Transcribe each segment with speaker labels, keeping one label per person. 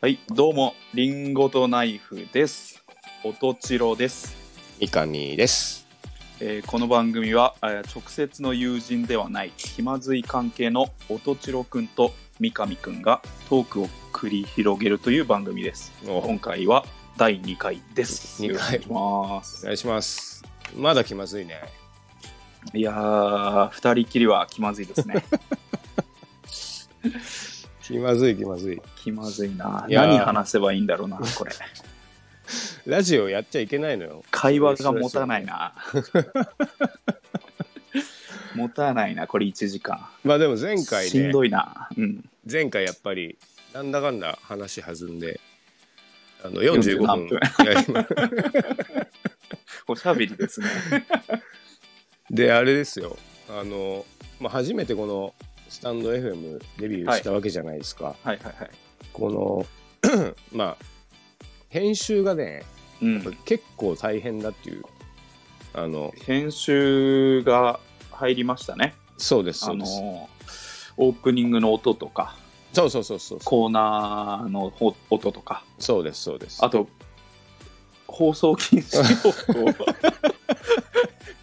Speaker 1: はい、どうも、リンゴとナイフです。おとちろです、
Speaker 2: 三上です。
Speaker 1: えーこの番組は、えー直接の友人ではない気まずい関係のおとちろくんと三上くんがトークを繰り広げるという番組です。
Speaker 2: お
Speaker 1: 今回は第2回です。
Speaker 2: 二回
Speaker 1: よろしくお願いします。
Speaker 2: 願いします。まだ気まずいね。
Speaker 1: いやー、二人きりは気まずいです ね。
Speaker 2: 気まずい気まずい。
Speaker 1: 気まずいな。
Speaker 2: いやー
Speaker 1: 何話せばいいんだろうな、これ。
Speaker 2: ラジオやっちゃいけないのよ。
Speaker 1: 会話が持たない な。持たないな、これ1時間。
Speaker 2: まあでも前回
Speaker 1: しん
Speaker 2: ね、
Speaker 1: どいな。うん。
Speaker 2: 前回やっぱりなんだかんだ話弾んで、あの45分やりま
Speaker 1: おしゃべり ですね。
Speaker 2: で、あれですよ。あの、まあ初めてこのスタンド FM デビューしたわけじゃないですか。
Speaker 1: はいはいはい。
Speaker 2: この、 まあ、編集がね、
Speaker 1: うん。
Speaker 2: 結構大変だっていう。あの、
Speaker 1: 編集が入りましたね。
Speaker 2: そうです、
Speaker 1: あ
Speaker 2: そう
Speaker 1: の
Speaker 2: です。
Speaker 1: ー、オープニングの音とか、
Speaker 2: そうそうそうそう。
Speaker 1: コーナーのほ音とか、
Speaker 2: そうです、そうです。
Speaker 1: あと、放送禁止用 語を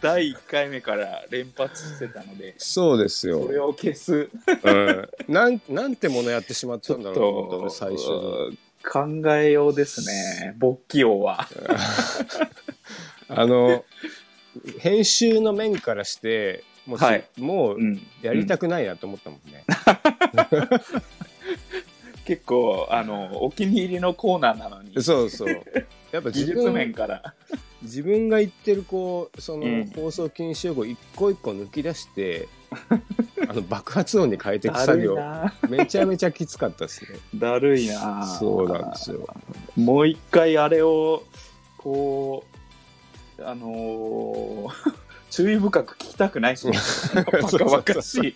Speaker 1: 第1回目から連発してたので、
Speaker 2: そうですよ
Speaker 1: そ。れを消す、
Speaker 2: うん、なんなんてものやってしまっ
Speaker 1: ち
Speaker 2: た
Speaker 1: ょ
Speaker 2: ん
Speaker 1: っ
Speaker 2: だろうと思
Speaker 1: と
Speaker 2: った最初に。
Speaker 1: 考えようですね、勃起王は。
Speaker 2: あの編集の面からしてもう,、
Speaker 1: はい
Speaker 2: もう
Speaker 1: うん
Speaker 2: やりたくないなと思ったもんね。
Speaker 1: 結構あのお気に入りのコーナーなのに
Speaker 2: そうそう。やっぱ
Speaker 1: 技
Speaker 2: 自
Speaker 1: 術面
Speaker 2: 分
Speaker 1: から
Speaker 2: 自分が言ってるこうその、
Speaker 1: うん
Speaker 2: 放送禁止用語一個一個抜き出 して。あの爆発音に変えていく作業
Speaker 1: だ
Speaker 2: めちゃめちゃきつかったですね。
Speaker 1: るいな
Speaker 2: そうなんですよ。
Speaker 1: もう一回あれをこうあのー 注意深く聞きたくないし、ね、バカバカしい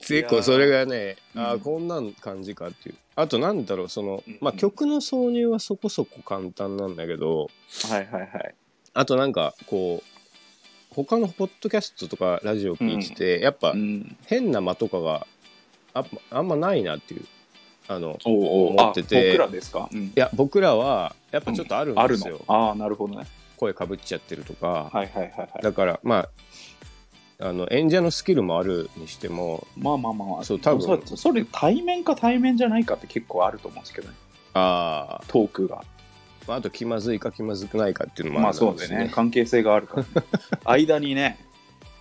Speaker 2: 結構それがね
Speaker 1: いやーう
Speaker 2: ああ
Speaker 1: ん
Speaker 2: こんなん感じかっていうあとなんだろうその
Speaker 1: うんうん、
Speaker 2: まあ、曲の挿入はそこそこ簡単なんだけど
Speaker 1: はいはいはい
Speaker 2: あとなんかこう他のポッドキャストとかラジオ聞いてて、やっぱ
Speaker 1: うん
Speaker 2: 変な間とかがああんまないなっていうあの
Speaker 1: おうおう
Speaker 2: 思ってて
Speaker 1: あ僕らですか、うん
Speaker 2: いや僕らはやっぱちょっとあるん
Speaker 1: あ
Speaker 2: で
Speaker 1: る
Speaker 2: すよ、
Speaker 1: のああなるほどね
Speaker 2: 声かぶっちゃってると
Speaker 1: は
Speaker 2: か、
Speaker 1: いはいはいはい
Speaker 2: だからまああの演者のスキルもあるにしても
Speaker 1: まあまあまあまあ
Speaker 2: そう多分
Speaker 1: そそれ対面か対面じゃないかって結構あると思うんですけどね
Speaker 2: あ
Speaker 1: トークが
Speaker 2: ー、まああと気まずいか気まずくないかっていうのもある
Speaker 1: まあ
Speaker 2: ん
Speaker 1: そうですね、関係性があるから、 間にね、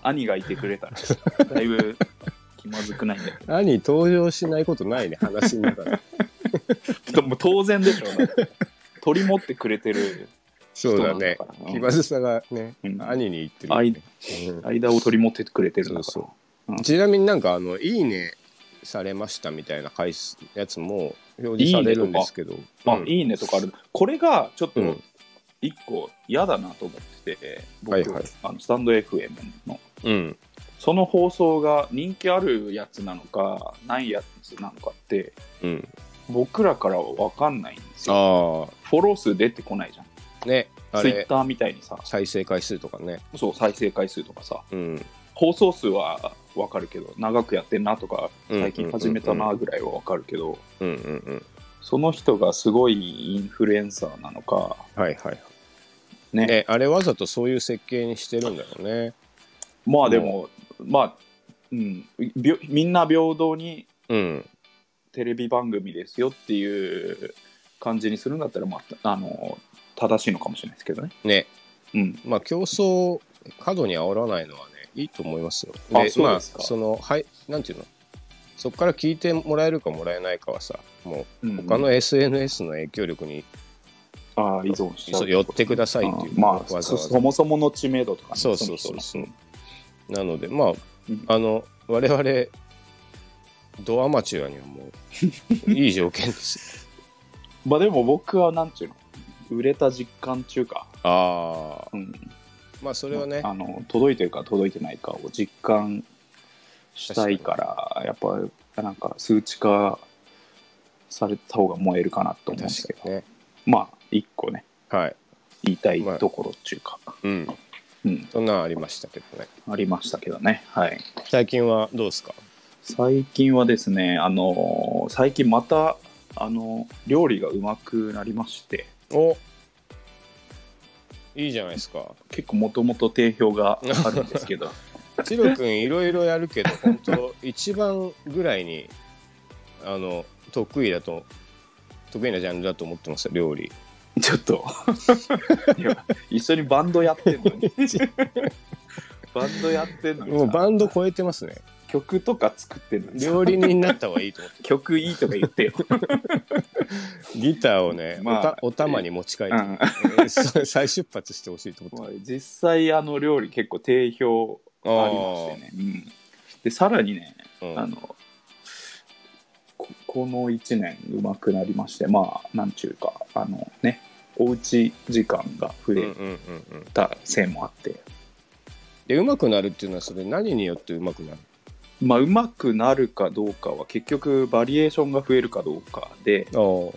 Speaker 1: 兄がいてくれたら、 だいぶ気まずくないんだけ
Speaker 2: 何登場しないことないね話 の中で
Speaker 1: ど、もう当然でしょう、ね、 取り持ってくれてる
Speaker 2: そ
Speaker 1: 人
Speaker 2: う
Speaker 1: な
Speaker 2: だ
Speaker 1: んだ
Speaker 2: ね
Speaker 1: から、
Speaker 2: 気まずさがね、
Speaker 1: うん
Speaker 2: 兄に言ってる、
Speaker 1: あい
Speaker 2: うん
Speaker 1: 間を取り持ってくれてるんだから、
Speaker 2: そうちなみになんかあの「いいね」されましたみたいな回数やつも表示されるんですけど
Speaker 1: まあ、いいねとかある、これがちょっ
Speaker 2: う
Speaker 1: と
Speaker 2: ん
Speaker 1: 一個嫌だなと思ってて、僕、
Speaker 2: はいはい
Speaker 1: あのスタンド FM の。
Speaker 2: うん
Speaker 1: その放送が人気あるやつなのか、ないやつなのかって、
Speaker 2: うん
Speaker 1: 僕らからは分かんないんですよ。
Speaker 2: あ
Speaker 1: フォロー数出てこないじゃん。
Speaker 2: あねあ
Speaker 1: ツイッ
Speaker 2: れ
Speaker 1: ターみたいにさ、
Speaker 2: 再生回数とかね
Speaker 1: そう再生回数とかさ
Speaker 2: うん
Speaker 1: 放送数は分かるけど長くやってんなとか最近始めたなぐらいは分かるけど、
Speaker 2: うんうんうん
Speaker 1: その人がすごいインフルエンサーなのか
Speaker 2: はいはい
Speaker 1: ね
Speaker 2: ねあれわざとそういう設計にしてるんだろうね
Speaker 1: まあでも、まあ、うん、びょみんな平等に
Speaker 2: うん
Speaker 1: テレビ番組ですよっていう感じにするんだったら、まあ、あの正しいのかもしれないですけどね。
Speaker 2: ね
Speaker 1: うん、
Speaker 2: まあ、競争過度に煽らないのはねいいと思いますよ。
Speaker 1: あそうですか
Speaker 2: まあ、そのはいなんていうのそこから聞いてもらえるかもらえないかはさも
Speaker 1: うん
Speaker 2: う他の SNS の影響力に
Speaker 1: ああ依存しちゃ
Speaker 2: そう
Speaker 1: う
Speaker 2: 寄ってくださいっていう
Speaker 1: うんまあ
Speaker 2: わざ
Speaker 1: そ
Speaker 2: わ
Speaker 1: そ
Speaker 2: ざ
Speaker 1: もそもの知名度とかね、
Speaker 2: そうそうそうそう
Speaker 1: の人の
Speaker 2: なのでま
Speaker 1: うん
Speaker 2: ああの我々ドアマチュアにはも ういい条件です
Speaker 1: まあでも僕はなんていうの売れた実感中か、
Speaker 2: よ。ああ
Speaker 1: うん、
Speaker 2: まあそれはね
Speaker 1: あの届いてるか届いてないかを実感したいからやっぱなんか数値化された方が燃えるかなと思うんですけ
Speaker 2: 確
Speaker 1: ど、
Speaker 2: かにね
Speaker 1: まあ一個ね
Speaker 2: はい、
Speaker 1: 言いたいところっていうか、
Speaker 2: うん、
Speaker 1: うん、
Speaker 2: そんなんありましたけどね
Speaker 1: ありましたけどねはい
Speaker 2: 最近はどうですか
Speaker 1: 最近はですね、あのー最近また、あのー料理がうまくなりまして、
Speaker 2: おいいじゃないですか。
Speaker 1: 結構もともと定評があるんです けど、
Speaker 2: チロ君いろいろやるけど、本当一番ぐらいにあの得意だと得意なジャンルだと思ってますよ料理。
Speaker 1: ちょっといや、一緒にバンドやってんの に。バンドやってんのに
Speaker 2: もう
Speaker 1: さ
Speaker 2: バンド超えてますね。
Speaker 1: 曲とか作ってんのにさ
Speaker 2: 料理人になった方がいいと思って。
Speaker 1: 曲いいとか言ってよ。
Speaker 2: ギターをね、
Speaker 1: まあ
Speaker 2: おたお玉に持ち帰って、
Speaker 1: うん
Speaker 2: そう 再出発してほしいと思って
Speaker 1: まあ実際あの料理結構定評ありましてね、うん、でさらにね、
Speaker 2: うん
Speaker 1: あのここの1年うまくなりましてまあなんちゅうかあのねおうち時間が増
Speaker 2: うんうん
Speaker 1: え
Speaker 2: うんうん。
Speaker 1: たせいもあって、
Speaker 2: で、うまくなるっていうのは、それ何によってうまくなる
Speaker 1: まあうまくなるかどうかは結局バリエーションが増えるかどうかで
Speaker 2: の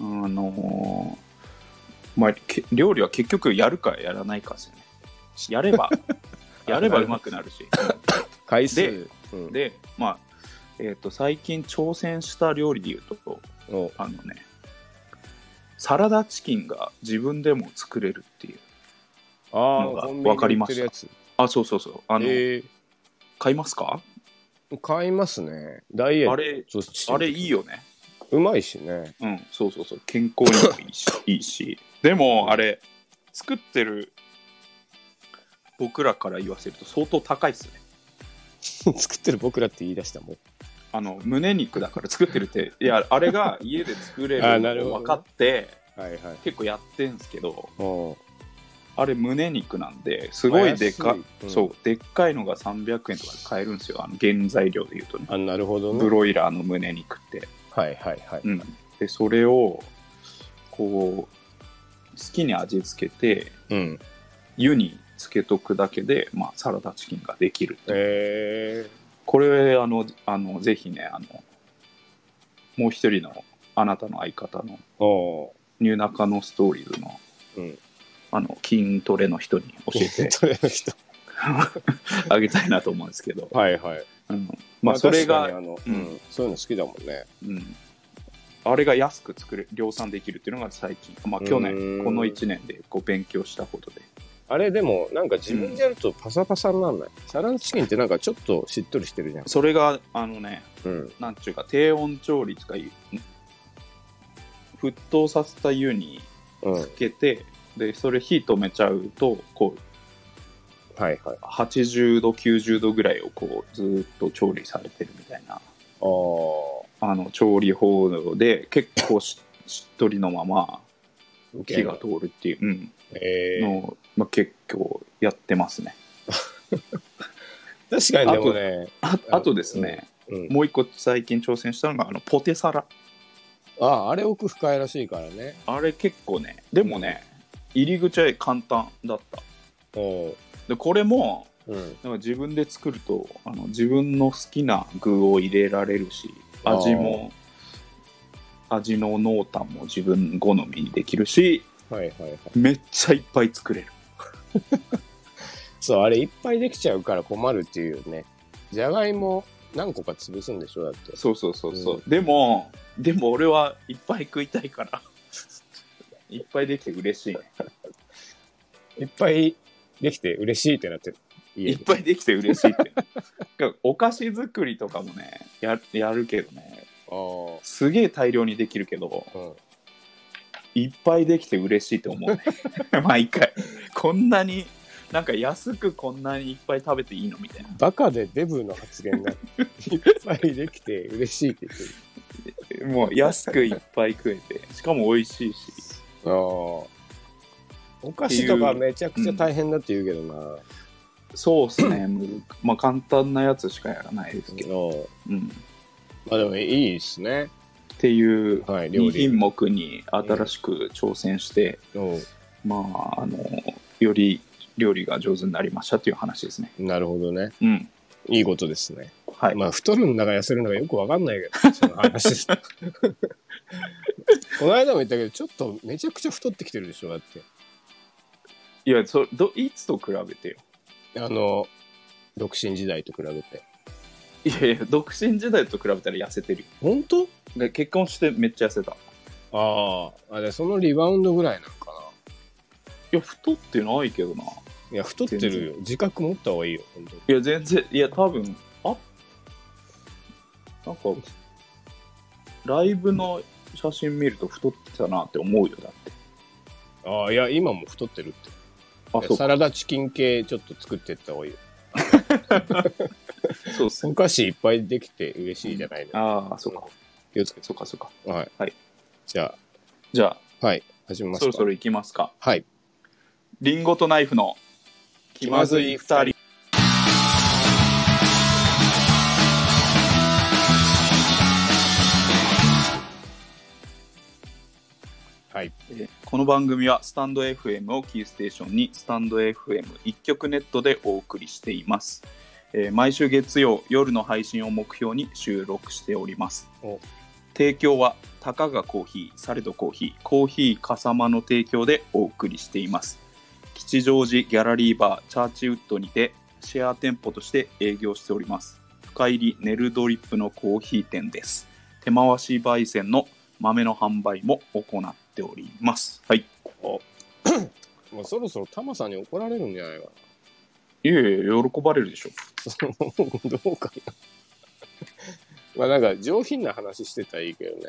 Speaker 1: あのーまあけ料理は結局やるかやらないかですよねやれ ばやればうまくなるしで
Speaker 2: 回数。うん
Speaker 1: で、まあ、えっ、と、最近挑戦した料理で言うと、
Speaker 2: お
Speaker 1: あのね、サラダチキンが自分でも作れるっていう。
Speaker 2: あ
Speaker 1: のが
Speaker 2: あ、
Speaker 1: わかりました
Speaker 2: コンビニで売ってるやつ
Speaker 1: あ、そうそうそう。あの、
Speaker 2: え
Speaker 1: 買いますか
Speaker 2: ー買いますね。ダイエット。
Speaker 1: あれ、
Speaker 2: そっち
Speaker 1: あれいいよね。
Speaker 2: うまいしね。
Speaker 1: うん、そうそうそう。健康にもいいし。いいしでも、あれ、作ってる僕らから言わせると相当高いっすね。
Speaker 2: 作ってる僕らって言い出したもん。
Speaker 1: あの、胸肉だから作ってるって、いや、あれが家で作れ
Speaker 2: あ
Speaker 1: る
Speaker 2: な
Speaker 1: の
Speaker 2: るほど
Speaker 1: 分かって、
Speaker 2: はいはい。
Speaker 1: 結構やってんすけど、
Speaker 2: お
Speaker 1: あれ胸肉なんですごいでか
Speaker 2: 安いうん
Speaker 1: そうでっかいのが300円とかで買えるんですよあの原材料でいうとね
Speaker 2: あなるほど
Speaker 1: ブ
Speaker 2: ね。
Speaker 1: ロイラーの胸肉って、
Speaker 2: はいはいはい。
Speaker 1: うん、でそれをこう好きに味付けて
Speaker 2: うん。
Speaker 1: 湯につけとくだけで、まあ、サラダチキンができるっていう
Speaker 2: え
Speaker 1: これあのあのぜひねあのもう一人のあなたの相方の
Speaker 2: ー。おー
Speaker 1: ニューナカのストーリーズの,、
Speaker 2: うん
Speaker 1: あの筋トレの人に教え て
Speaker 2: それの人。
Speaker 1: あげたいなと思うんですけど、
Speaker 2: はいはい。
Speaker 1: うんまあ、それが
Speaker 2: 確かにあの、
Speaker 1: う
Speaker 2: うんん、そういうの好きだもんね。
Speaker 1: うん、あれが安く作れ量産できるっていうのが最近、まあ、去
Speaker 2: うー
Speaker 1: 年
Speaker 2: ん
Speaker 1: この1年でこう勉強したことで
Speaker 2: あれでもなんか自分でやるとパサパサにならない、サランチキンってなんかちょっとしっとりしてるじゃん、
Speaker 1: それがあのね
Speaker 2: うん、
Speaker 1: なんちゅうか低温調理とかいう沸騰させた湯に
Speaker 2: うん
Speaker 1: つけて、でそれ火止めちゃうとこう
Speaker 2: はいはい
Speaker 1: 80度90度ぐらいをこうずーっと調理されてるみたいな
Speaker 2: ああ
Speaker 1: あの調理法で結構ししっとりのまま火が通るっていう、うん
Speaker 2: えー、
Speaker 1: の、まあ、結構やってますね。
Speaker 2: 確かにでもね
Speaker 1: あ
Speaker 2: あ
Speaker 1: あとですね、
Speaker 2: うん、
Speaker 1: もう一個最近挑戦したのがあのポテサラ
Speaker 2: あああれ奥深いらしいからね
Speaker 1: あれ結構ねでもね入り口は簡単だった
Speaker 2: おう
Speaker 1: でこれも
Speaker 2: うん
Speaker 1: なんか自分で作るとあの自分の好きな具を入れられるし味も味の濃淡も自分好みにできるし
Speaker 2: はいはいはい
Speaker 1: めっちゃいっぱい作れる
Speaker 2: そうあれいっぱいできちゃうから困るっていうよねじゃがいも何個か潰すんでしょだって
Speaker 1: そうそうそうそう、
Speaker 2: うん
Speaker 1: でもでも俺はいっぱい食いたいからいっぱいできて嬉しいね
Speaker 2: いっぱいできて嬉しいってなってる
Speaker 1: い
Speaker 2: 家
Speaker 1: っ
Speaker 2: で
Speaker 1: ぱいできて嬉しいって。 お菓子作りとかもねや、やるけどね、
Speaker 2: ああ
Speaker 1: すげえ大量にできるけど、
Speaker 2: うん、
Speaker 1: いっぱいできて嬉しいと思うね。 毎回。こんなに、なんか安くこんなにいっぱい食べていいのみたいな。
Speaker 2: バカでデブの発言が いっぱいできて嬉しいって言ってる
Speaker 1: もう安くいっぱい食えて、しかも美味しいし。
Speaker 2: ああ。お菓子とかめちゃくちゃ大変だって言うけどな。
Speaker 1: そうっすね。まあ簡単なやつしかやらないですけど。
Speaker 2: うん
Speaker 1: うん、
Speaker 2: まあでもいいですね。
Speaker 1: っていう
Speaker 2: はい、料
Speaker 1: 2
Speaker 2: 理
Speaker 1: 品。目に新しく挑戦して、
Speaker 2: う
Speaker 1: まあ、あの、より料理が上手になりましたという話ですね。
Speaker 2: んなるほどね。
Speaker 1: うん。
Speaker 2: いいことですね。
Speaker 1: はい。
Speaker 2: まあ、太るんだか痩せるんだかよくわかんないけ ど、その話 です。この間も言ったけど、ちょっとめちゃくちゃ太ってきてるでしょ、だって。
Speaker 1: いや、そどいつと比べてよ。
Speaker 2: あの、独身時代と比べて。
Speaker 1: いやいや独身時代と比べたら痩せてるよ
Speaker 2: 本当
Speaker 1: で結婚してめっちゃ痩せたい
Speaker 2: ああ、あれそのリバウンドぐらいなのか
Speaker 1: や太ってないけどな
Speaker 2: な。いや、太ってるよ。自覚持った方がいいよ、本当に。
Speaker 1: いや全然いや多分あなんかライブの写真見ると太ってたなって思うよだって
Speaker 2: ああ、いや、今も太ってるって。
Speaker 1: あ
Speaker 2: いや
Speaker 1: そう
Speaker 2: サラダチキン系ちょっと作ってった方がいいよ。
Speaker 1: そうっすね
Speaker 2: お菓子いっぱいできて嬉しいじゃないの。
Speaker 1: ああそうか
Speaker 2: 気をつけ
Speaker 1: そうかそうか
Speaker 2: て。はい。
Speaker 1: はい
Speaker 2: じゃ
Speaker 1: じゃ
Speaker 2: あ、はい。始めま
Speaker 1: あ
Speaker 2: すか。
Speaker 1: そろそろ行きますか
Speaker 2: はい。
Speaker 1: リンゴとナイフの気まずい二人。
Speaker 2: はい。
Speaker 1: えーこの番組はスタンド FM をキーステーションにスタンド FM1 曲ネットでお送りしています、えー毎週月曜夜の配信を目標に収録しております
Speaker 2: お
Speaker 1: 提供はたかがコーヒーされどコーヒーコーヒーかさまの提供でお送りしています吉祥寺ギャラリーバーチャーチウッドにてシェア店舗として営業しております深入りネルドリップのコーヒー店です手回し焙煎の豆の販売も行っております。はい。
Speaker 2: もうそろそろタマさんに怒られるんじゃないか
Speaker 1: いやいや、喜ばれるでしょ。
Speaker 2: な。 どうかな。まあなんか上品な話してたらいいけどね。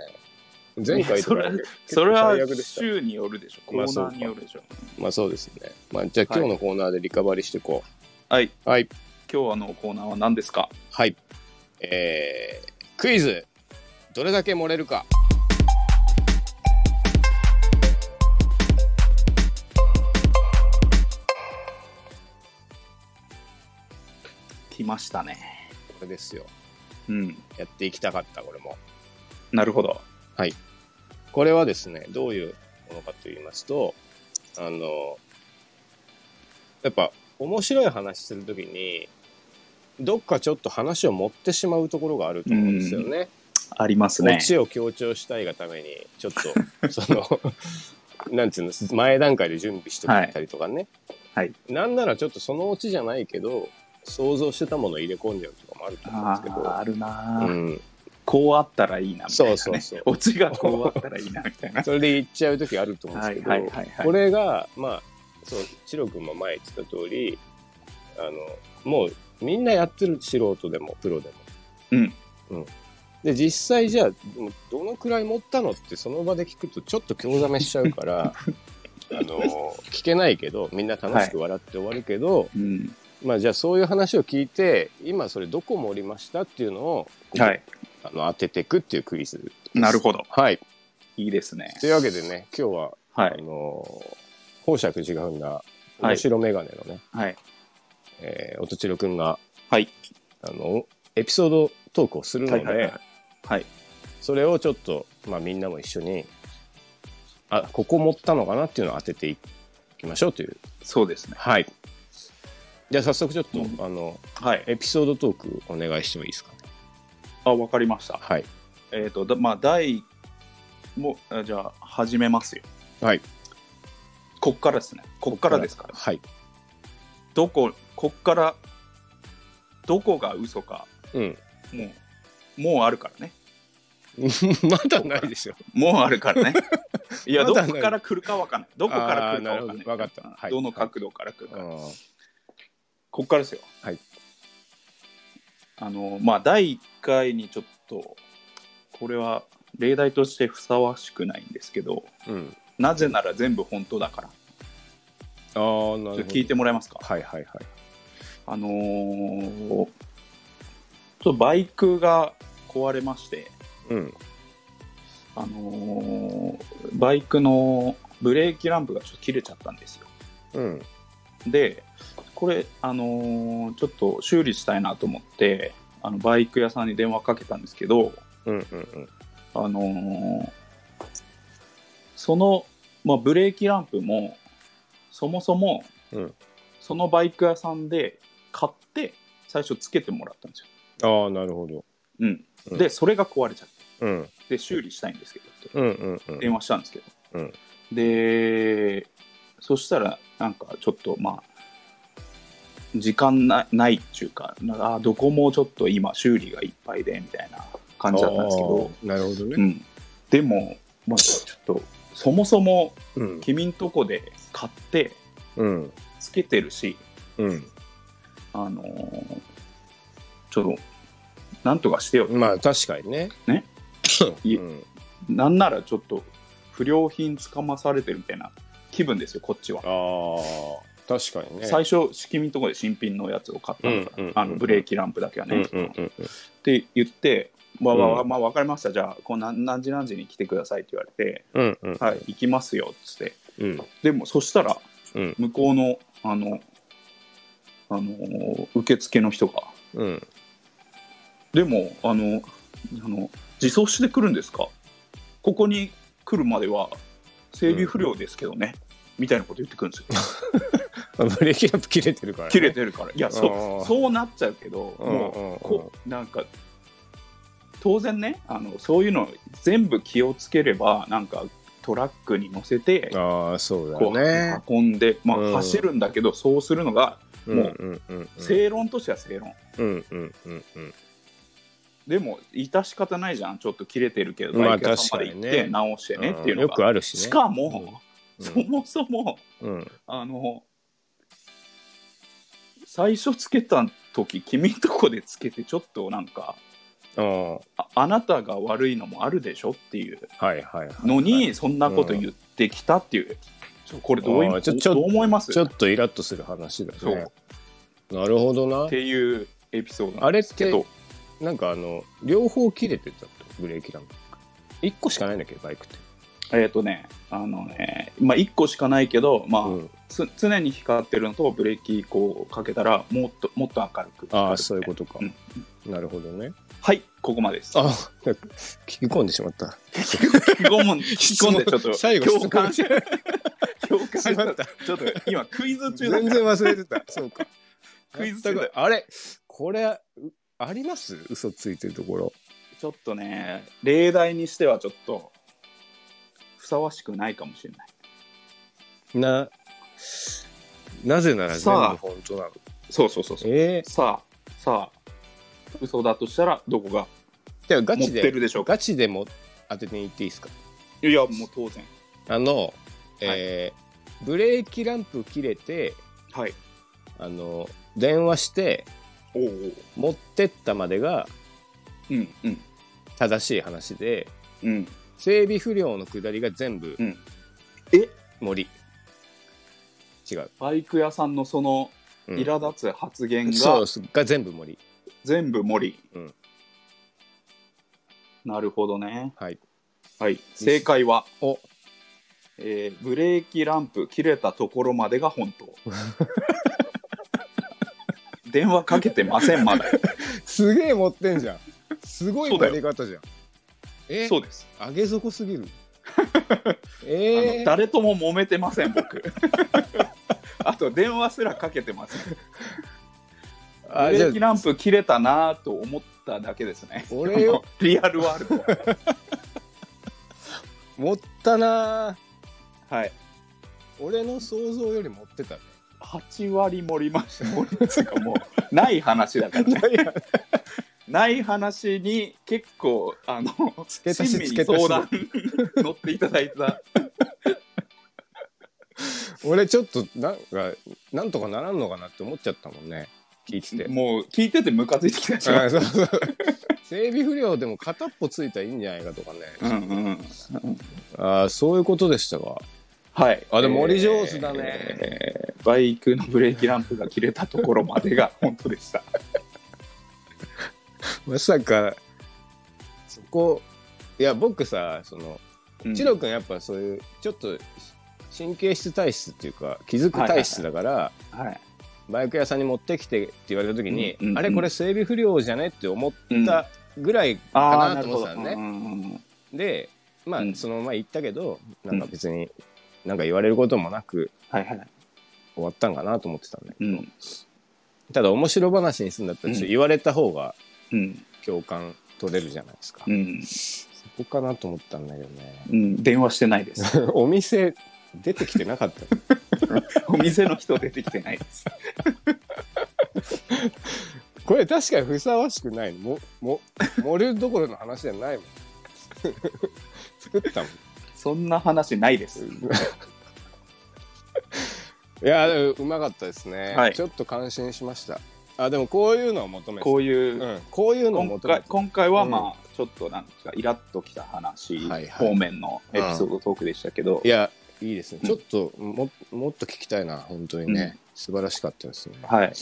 Speaker 2: 前回とか
Speaker 1: いや
Speaker 2: 結構
Speaker 1: それは
Speaker 2: 最悪でした
Speaker 1: 週によるでしょ。コ
Speaker 2: まあ
Speaker 1: ーナーによるでしょ。
Speaker 2: まあそうですね。まあじゃあ今日のコーナーでリカバリーしていこ
Speaker 1: はい。
Speaker 2: う。はい。
Speaker 1: 今日のコーナーは何ですか
Speaker 2: はい。えー、クイズ。どれだけ漏れるか。
Speaker 1: 来ましたね。
Speaker 2: これですよ。
Speaker 1: うん。
Speaker 2: やっていきたかった、これも。
Speaker 1: なるほど。
Speaker 2: これはですね、どういうものかと言いますと、あの、やっぱ面白い話するときに、どっかちょっと話を持ってしまうところがあると思うんですよね。
Speaker 1: あります
Speaker 2: オ
Speaker 1: ね。
Speaker 2: チを強調したいがために、ちょっ と、その、なんていうの、前段階で準備しておいたりとかね。
Speaker 1: はい
Speaker 2: なんならちょっとそのオチじゃないけど、想像してたものを入れ込んじゃうとかもあると思うん
Speaker 1: あ
Speaker 2: ですけ
Speaker 1: あ、あるな
Speaker 2: ど、
Speaker 1: ー、
Speaker 2: うん、
Speaker 1: こうあったらいいなみたいな、ね。
Speaker 2: そうそうそう
Speaker 1: オチがこうあったらいいなみたいな。
Speaker 2: それで言っちゃうときあると思うん
Speaker 1: は
Speaker 2: です
Speaker 1: い
Speaker 2: けど、
Speaker 1: はいはいはい。
Speaker 2: これが、まあ、そう、チロ君も前言ってた通り、あの、もうみんなやってる、素人でもプロでも。
Speaker 1: うん。
Speaker 2: で、実際じゃあ、どのくらい持ったのってその場で聞くとちょっと興ざめしちゃう から、あの、聞けないけど、みんな楽しく笑って終わるけど、
Speaker 1: うん。
Speaker 2: まあじゃあそういう話を聞いて、今それどこ盛りましたっていうのを、こう
Speaker 1: はい。
Speaker 2: あの当てていくっていうクイズです。
Speaker 1: なるほど。
Speaker 2: はい。
Speaker 1: いいですね。
Speaker 2: というわけでね、今日は、
Speaker 1: は
Speaker 2: あ
Speaker 1: い。
Speaker 2: の、宝石寺が生んだ、
Speaker 1: はい
Speaker 2: 面白メガネのね、
Speaker 1: はい。
Speaker 2: えー、おとちろくんが、
Speaker 1: はい。
Speaker 2: あの、エピソードトークをするので、
Speaker 1: はいはいはいはい。
Speaker 2: それをちょっと、まあみんなも一緒に、あ、ここ持ったのかなっていうのを当てていきましょうという。
Speaker 1: そうですね。
Speaker 2: はい。じゃあ早速ちょっと、
Speaker 1: うん
Speaker 2: あの、
Speaker 1: はい。
Speaker 2: エピソードトークお願いしてもいいですかね。
Speaker 1: あ、わかりました。
Speaker 2: はい。
Speaker 1: えっ、と、だまあ、第も、あじゃあ、始めますよ。
Speaker 2: はい。
Speaker 1: こっからですね。こっからですから。
Speaker 2: はい。
Speaker 1: どこ、こっから、どこが嘘か、
Speaker 2: うん。
Speaker 1: もう、もうあるからね。
Speaker 2: まだないでしょ。
Speaker 1: もうあるから ね。いや、
Speaker 2: ま
Speaker 1: ど
Speaker 2: だない
Speaker 1: こから来るかわかんない。どこから来るかわかんない。
Speaker 2: あーなるほどわかったはい
Speaker 1: どの角度から来るか。
Speaker 2: あ
Speaker 1: こっからですよ。
Speaker 2: はい。
Speaker 1: あの、まあ、第1回にちょっと、これは例題としてふさわしくないんですけど、
Speaker 2: ーうん。
Speaker 1: なぜなら全部本当だから。
Speaker 2: ああ、な
Speaker 1: ちょっと
Speaker 2: るほど。
Speaker 1: 聞いてもらえますか。
Speaker 2: はいはいはい。
Speaker 1: あのーちょっとバイクが壊れまして、
Speaker 2: うん。
Speaker 1: あのーバイクのブレーキランプがちょっと切れちゃったんですよ。
Speaker 2: うん。
Speaker 1: で、これ、あのーちょっと修理したいなと思って、あのバイク屋さんに電話かけたんですけど、
Speaker 2: うんうんうん。
Speaker 1: あのーその、まあ、ブレーキランプもそもそも、
Speaker 2: うん
Speaker 1: そのバイク屋さんで買って最初つけてもらったんですよ。
Speaker 2: ああ、なるほど。
Speaker 1: うん
Speaker 2: うん
Speaker 1: でそれが壊れちゃって
Speaker 2: うん。
Speaker 1: で修理したいんですけどって
Speaker 2: うんうんうん。
Speaker 1: 電話したんですけど、
Speaker 2: うん
Speaker 1: でそしたらなんかちょっとまあ時間なないっていうかなんかあどこもちょっと今修理がいっぱいでみたいな感じだったんですけど、
Speaker 2: あーなるほど
Speaker 1: う
Speaker 2: ね。
Speaker 1: ん、でも、まあ、ちょっとそもそも
Speaker 2: うん。
Speaker 1: 君んとこで買って
Speaker 2: うん。
Speaker 1: つけてるし
Speaker 2: うん。
Speaker 1: あのーちょっとなんとかしてよ
Speaker 2: まあ、確かにね。
Speaker 1: ねい
Speaker 2: うん、
Speaker 1: なんならちょっと不良品つかまされてるみたいな気分ですよこっちは
Speaker 2: あ。あ、確かにね。
Speaker 1: 最初、君んとこで新品のやつを買ったのさ、
Speaker 2: うんうんうん
Speaker 1: あのブレーキランプだけはね。
Speaker 2: うんうんうん
Speaker 1: って言って、わわわ
Speaker 2: う
Speaker 1: まあ、分かりました、じゃあこう何、何時何時に来てくださいって言われて、
Speaker 2: うんうん
Speaker 1: はい、行きますよっつって、
Speaker 2: うん
Speaker 1: でもそしたら、
Speaker 2: うん
Speaker 1: 向こうのあの、あのー受付の人が、
Speaker 2: うん
Speaker 1: でもあのあの、自走してくるんですか、ここに来るまでは整備不良ですけどね、みたいなこと言ってくるんですよ。
Speaker 2: ブレーキランプ切れてるから、ね、
Speaker 1: 切れてるからいや
Speaker 2: あ
Speaker 1: そ
Speaker 2: ー
Speaker 1: うそうなっちゃうけど
Speaker 2: うん
Speaker 1: も
Speaker 2: うんうん
Speaker 1: うこうなんか当然ねあのそういうの全部気をつければなんかトラックに乗せて
Speaker 2: ああそうだ
Speaker 1: こ
Speaker 2: よ
Speaker 1: う、
Speaker 2: ね
Speaker 1: 運んで、まあ
Speaker 2: うん
Speaker 1: 走るんだけどそうするのが
Speaker 2: うんうんうん
Speaker 1: 正論としては正論、
Speaker 2: うんうんうんうん
Speaker 1: でも致し方ないじゃんちょっと切れてるけど
Speaker 2: まあ
Speaker 1: バイク屋さんまで行
Speaker 2: 確
Speaker 1: っ
Speaker 2: かに
Speaker 1: て
Speaker 2: ね
Speaker 1: 直してねっていうの
Speaker 2: よく
Speaker 1: が、
Speaker 2: あるしね
Speaker 1: しかも、
Speaker 2: うん
Speaker 1: そもそも
Speaker 2: うん
Speaker 1: あの最初つけた時君んとこでつけてちょっとなんか
Speaker 2: ああは
Speaker 1: ああなたが悪いのもあるでしょっていう
Speaker 2: いはいはい
Speaker 1: のにそんなこと言ってきたっていう、ちょこれどうい
Speaker 2: あー
Speaker 1: う
Speaker 2: ちょちょ
Speaker 1: どう思います
Speaker 2: ちょっとイラッとする話だ
Speaker 1: そ
Speaker 2: ね
Speaker 1: う
Speaker 2: なるほどな
Speaker 1: っていうエピソードな
Speaker 2: あ
Speaker 1: んで
Speaker 2: れっ
Speaker 1: すけ
Speaker 2: て
Speaker 1: ど
Speaker 2: なんかあの両方切れてたってブレーキランプ一個しかないんだっけバイクって
Speaker 1: えっ、とねあのねまあ1個しかないけど、まあ
Speaker 2: うん
Speaker 1: つ常に光ってるのとブレーキこうかけたらもっともっと明るく
Speaker 2: ああそういうこととか
Speaker 1: うん
Speaker 2: なるほどね
Speaker 1: はいここまでです
Speaker 2: あ聞き込んでしまった
Speaker 1: 聞き込 む聞き込んでちょっと
Speaker 2: 最後
Speaker 1: 共感し共感
Speaker 2: し
Speaker 1: し
Speaker 2: まった
Speaker 1: た ちょっと今クイズ中
Speaker 2: 全
Speaker 1: だから
Speaker 2: 然忘れてた。そうか。
Speaker 1: クイズ中だよ
Speaker 2: あれこれ、うあります嘘ついてるところ。
Speaker 1: ちょっとね、例題にしてはちょっとふさわしくないかもしれない。
Speaker 2: な、なぜなら全部
Speaker 1: さあ
Speaker 2: 本当なの。
Speaker 1: そうそうそうそう。
Speaker 2: ええ
Speaker 1: さあ、さあ、嘘だとしたらどこが
Speaker 2: じゃあガ
Speaker 1: 持っ
Speaker 2: チ
Speaker 1: て
Speaker 2: で、
Speaker 1: るでしょうか
Speaker 2: ガチでも当てていっていいですか
Speaker 1: いや、もう当然。
Speaker 2: あの、えーブレーキランプ切れて、
Speaker 1: はい。
Speaker 2: あの、電話して
Speaker 1: おうおう。
Speaker 2: 持ってったまでが
Speaker 1: うんうん
Speaker 2: 正しい話で、
Speaker 1: うん。
Speaker 2: 整備不良の下りが全部
Speaker 1: え
Speaker 2: 森。違う。
Speaker 1: バイク屋さんのその
Speaker 2: うん
Speaker 1: 苛立つ発言
Speaker 2: そ
Speaker 1: が
Speaker 2: うすが全部森。
Speaker 1: 全部森。
Speaker 2: うん
Speaker 1: なるほどね。
Speaker 2: はい。
Speaker 1: はい。正解は、
Speaker 2: お
Speaker 1: えーブレーキランプ切れたところまでが本 当。電話かけてません、まだ。
Speaker 2: すげえ持ってんじゃ ん。すごい
Speaker 1: そうだ
Speaker 2: 盛
Speaker 1: よ
Speaker 2: り方じゃん。え
Speaker 1: そうです。
Speaker 2: 上げ底 すぎる。
Speaker 1: あの
Speaker 2: えー、
Speaker 1: 誰とも揉めてません、僕。 あと、電話すらかけてません。ブ
Speaker 2: あじ
Speaker 1: レ
Speaker 2: ゃ
Speaker 1: ーキランプ切れたなぁと思っただけですね。
Speaker 2: 俺よ
Speaker 1: リアルワールド。
Speaker 2: あ持ったな
Speaker 1: はい。
Speaker 2: ー俺の想像より持って たね。
Speaker 1: 8割盛りました。盛りつうかもう、ない話だからね。ない話に結構、あの、
Speaker 2: け足し
Speaker 1: 親身
Speaker 2: 付
Speaker 1: に
Speaker 2: け足し
Speaker 1: 相談乗っていただいた。
Speaker 2: 俺ちょっとなんかなんとかならんのかなって思っちゃったもんね。聞いて て。
Speaker 1: もう、聞いててムカついてきたし。
Speaker 2: あそうそう整備不良でも片っぽついたらいいんじゃないかとかね。
Speaker 1: うんうん。
Speaker 2: ああそういうことでしたか。
Speaker 1: はい。
Speaker 2: あでも森上手だね
Speaker 1: えーバイクのブレーキランプが切れたところまでが本当でした。
Speaker 2: まさかそこいや僕さその
Speaker 1: うん
Speaker 2: チロ君やっぱそういうちょっと神経質体質っていうか気づく体質だから、
Speaker 1: はい。
Speaker 2: バイク屋さんに持ってきてって言われた時に、
Speaker 1: うんうんうん
Speaker 2: あれこれ整備不良じゃねって思っ
Speaker 1: うん
Speaker 2: たぐらい
Speaker 1: ああ
Speaker 2: かなと思ってたのね、
Speaker 1: ね。
Speaker 2: でまあ、
Speaker 1: うん
Speaker 2: そのまま行ったけどなんか別になんか言われることもなく
Speaker 1: はいはい。
Speaker 2: 終わったんかなと思ってたんだけ
Speaker 1: う
Speaker 2: ど、
Speaker 1: ん。
Speaker 2: ただ面白話にするんだったらちょっと言われた方が
Speaker 1: うん。
Speaker 2: 共感取れるじゃないですか、
Speaker 1: うん。
Speaker 2: そこかなと思ったんだけどね
Speaker 1: うん。電話してないです。
Speaker 2: お店出てきてなかった
Speaker 1: お店の人出てきてないです。
Speaker 2: これ確かにふさわしくないもも盛るどころの話じゃないもん 作ったもん
Speaker 1: そんな話ないです。
Speaker 2: いやでもうまかったですね、
Speaker 1: はい
Speaker 2: ちょっと感心しましたあでもこういうのを求めて
Speaker 1: こういう、
Speaker 2: うん、こういうのを
Speaker 1: 今
Speaker 2: 求め
Speaker 1: 回
Speaker 2: て
Speaker 1: 今回は
Speaker 2: うん
Speaker 1: まあ、ちょっとなんかイラッときた話
Speaker 2: はいはい
Speaker 1: 方面のエピソードトークでしたけど、
Speaker 2: いやいいですね
Speaker 1: うん
Speaker 2: ちょっとももっと聞きたいな本当にね、素晴らしかったですね
Speaker 1: はい、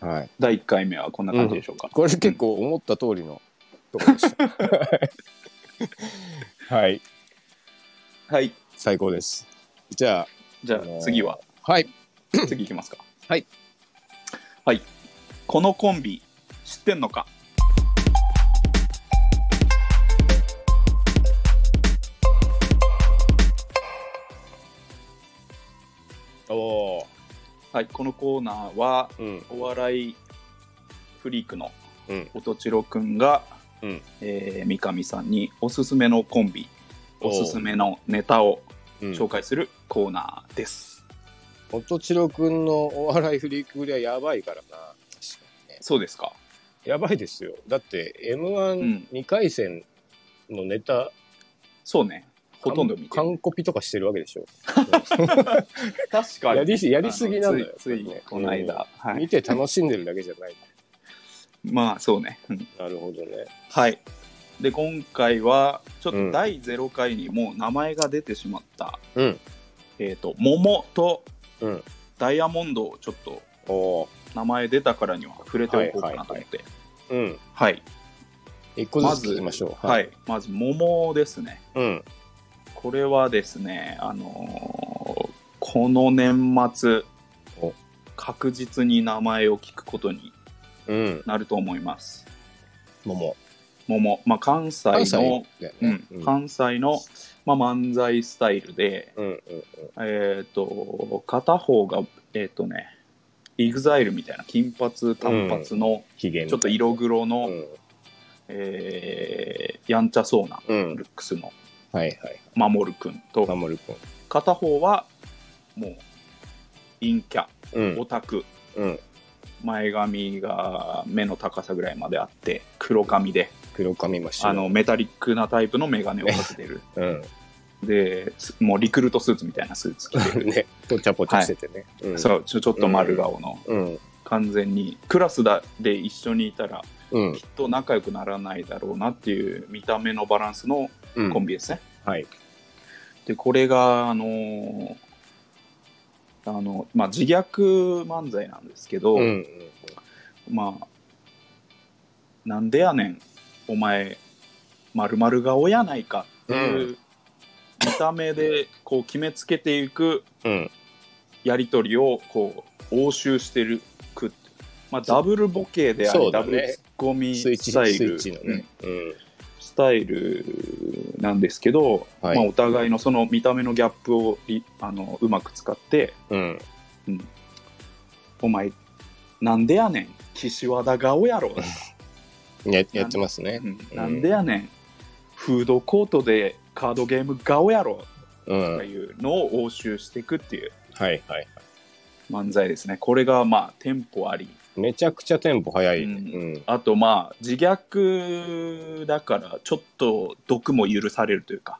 Speaker 2: はい
Speaker 1: 第1回目はこんな感じでしょうか、
Speaker 2: これ結構思った通りのところで した。はい、
Speaker 1: はい
Speaker 2: 最高です。じゃ
Speaker 1: じゃ
Speaker 2: あの
Speaker 1: あ
Speaker 2: ー
Speaker 1: 次 は
Speaker 2: あ、はい、
Speaker 1: 次いきますか
Speaker 2: はい
Speaker 1: はいこのコンビ知ってんのか
Speaker 2: おお、
Speaker 1: はいこのコーナーは
Speaker 2: うん、
Speaker 1: お笑いフリークの
Speaker 2: うん
Speaker 1: 音千代くんが、
Speaker 2: うん
Speaker 1: えー三上さんにおすすめのコンビ
Speaker 2: お
Speaker 1: お
Speaker 2: ー
Speaker 1: すすめのネタを
Speaker 2: うん
Speaker 1: 紹介するコーナーです、
Speaker 2: 音千代くんのお笑いフリークぶりはやばいからな。
Speaker 1: そうですか
Speaker 2: やばいですよ。だって
Speaker 1: ん
Speaker 2: M12 回戦のネタ、
Speaker 1: そうねほとんど見てる
Speaker 2: 完コピとかしてるわけでしょ。
Speaker 1: 確かに
Speaker 2: やりやりすぎなのよ
Speaker 1: あついつい
Speaker 2: やっぱりね
Speaker 1: この間、はい
Speaker 2: 見て楽しんでるだけじゃない。
Speaker 1: まあそうね、うん
Speaker 2: なるほどね。
Speaker 1: はいで今回はちょっ
Speaker 2: う
Speaker 1: と
Speaker 2: ん
Speaker 1: 第0回にもう名前が出てしまった、
Speaker 2: うん
Speaker 1: えっ、と桃と
Speaker 2: うん
Speaker 1: ダイヤモンドをちょっと
Speaker 2: おお
Speaker 1: 名前出たからには触れておこうかなと思って
Speaker 2: ー、うん、
Speaker 1: はい
Speaker 2: 一個ずつ聞きましょう。
Speaker 1: はい、まず桃ですね
Speaker 2: うん、
Speaker 1: これはですねあのーこの年末
Speaker 2: お
Speaker 1: 確実に名前を聞くことに
Speaker 2: うん、
Speaker 1: なると思います
Speaker 2: もも。
Speaker 1: 桃、まあ、関西の
Speaker 2: 関西だよ
Speaker 1: う
Speaker 2: ね
Speaker 1: ん。関西の、まあ、漫才スタイルで、
Speaker 2: うんうん
Speaker 1: えー、と片方がえっ、とねイグザイルみたいな金髪短髪の、
Speaker 2: 機嫌
Speaker 1: ちょっと色黒の、
Speaker 2: うん
Speaker 1: えーやんちゃそうな
Speaker 2: うん
Speaker 1: ルックスの
Speaker 2: はいはい
Speaker 1: 守君と、
Speaker 2: 守君
Speaker 1: 片方はもう陰キャ
Speaker 2: うん
Speaker 1: オタク
Speaker 2: うん
Speaker 1: 前髪が目の高さぐらいまであって黒髪で
Speaker 2: 黒髪も白
Speaker 1: あのメタリックなタイプの眼鏡をかけてる
Speaker 2: うん
Speaker 1: で、すもうリクルートスーツみたいなスーツ着て、
Speaker 2: ねぽちゃぽちゃしててねうん
Speaker 1: そうちょちょっと丸顔の、
Speaker 2: うん
Speaker 1: 完全にクラスだで一緒にいたら
Speaker 2: うん
Speaker 1: きっと仲良くならないだろうなっていう見た目のバランスの
Speaker 2: うん
Speaker 1: コンビですね。
Speaker 2: はい
Speaker 1: でこれがあのーあのまあ、自虐漫才なんですけど、
Speaker 2: うんうん
Speaker 1: まあなんでやねんお前まるまる顔やないかっていう、見た目でこう決めつけていく
Speaker 2: うん
Speaker 1: やり取りをこう応酬してるくってまあ、
Speaker 2: そう
Speaker 1: ダブルボケであ
Speaker 2: そう
Speaker 1: り、
Speaker 2: だ
Speaker 1: ダ
Speaker 2: ね
Speaker 1: ブルツッコミ
Speaker 2: スイッ
Speaker 1: ス
Speaker 2: チスイ
Speaker 1: タイル
Speaker 2: ッチのねうん
Speaker 1: スタイルなんですけど、
Speaker 2: はい
Speaker 1: まあ、お互いのその見た目のギャップをいあのうまく使って
Speaker 2: うん
Speaker 1: 「お前なんでやねん岸和田顔や ろ」
Speaker 2: ややってますね
Speaker 1: うんなんでやねんフードコートでカードゲーム顔やろ」
Speaker 2: う
Speaker 1: と
Speaker 2: ん
Speaker 1: か
Speaker 2: はい
Speaker 1: いうのを応酬していくっていう
Speaker 2: はいはい
Speaker 1: 漫才ですねこれがまあテンポあり
Speaker 2: めちゃくちゃテンポ早いね
Speaker 1: う
Speaker 2: うん
Speaker 1: あとまあ自虐だからちょっと毒も許されるというか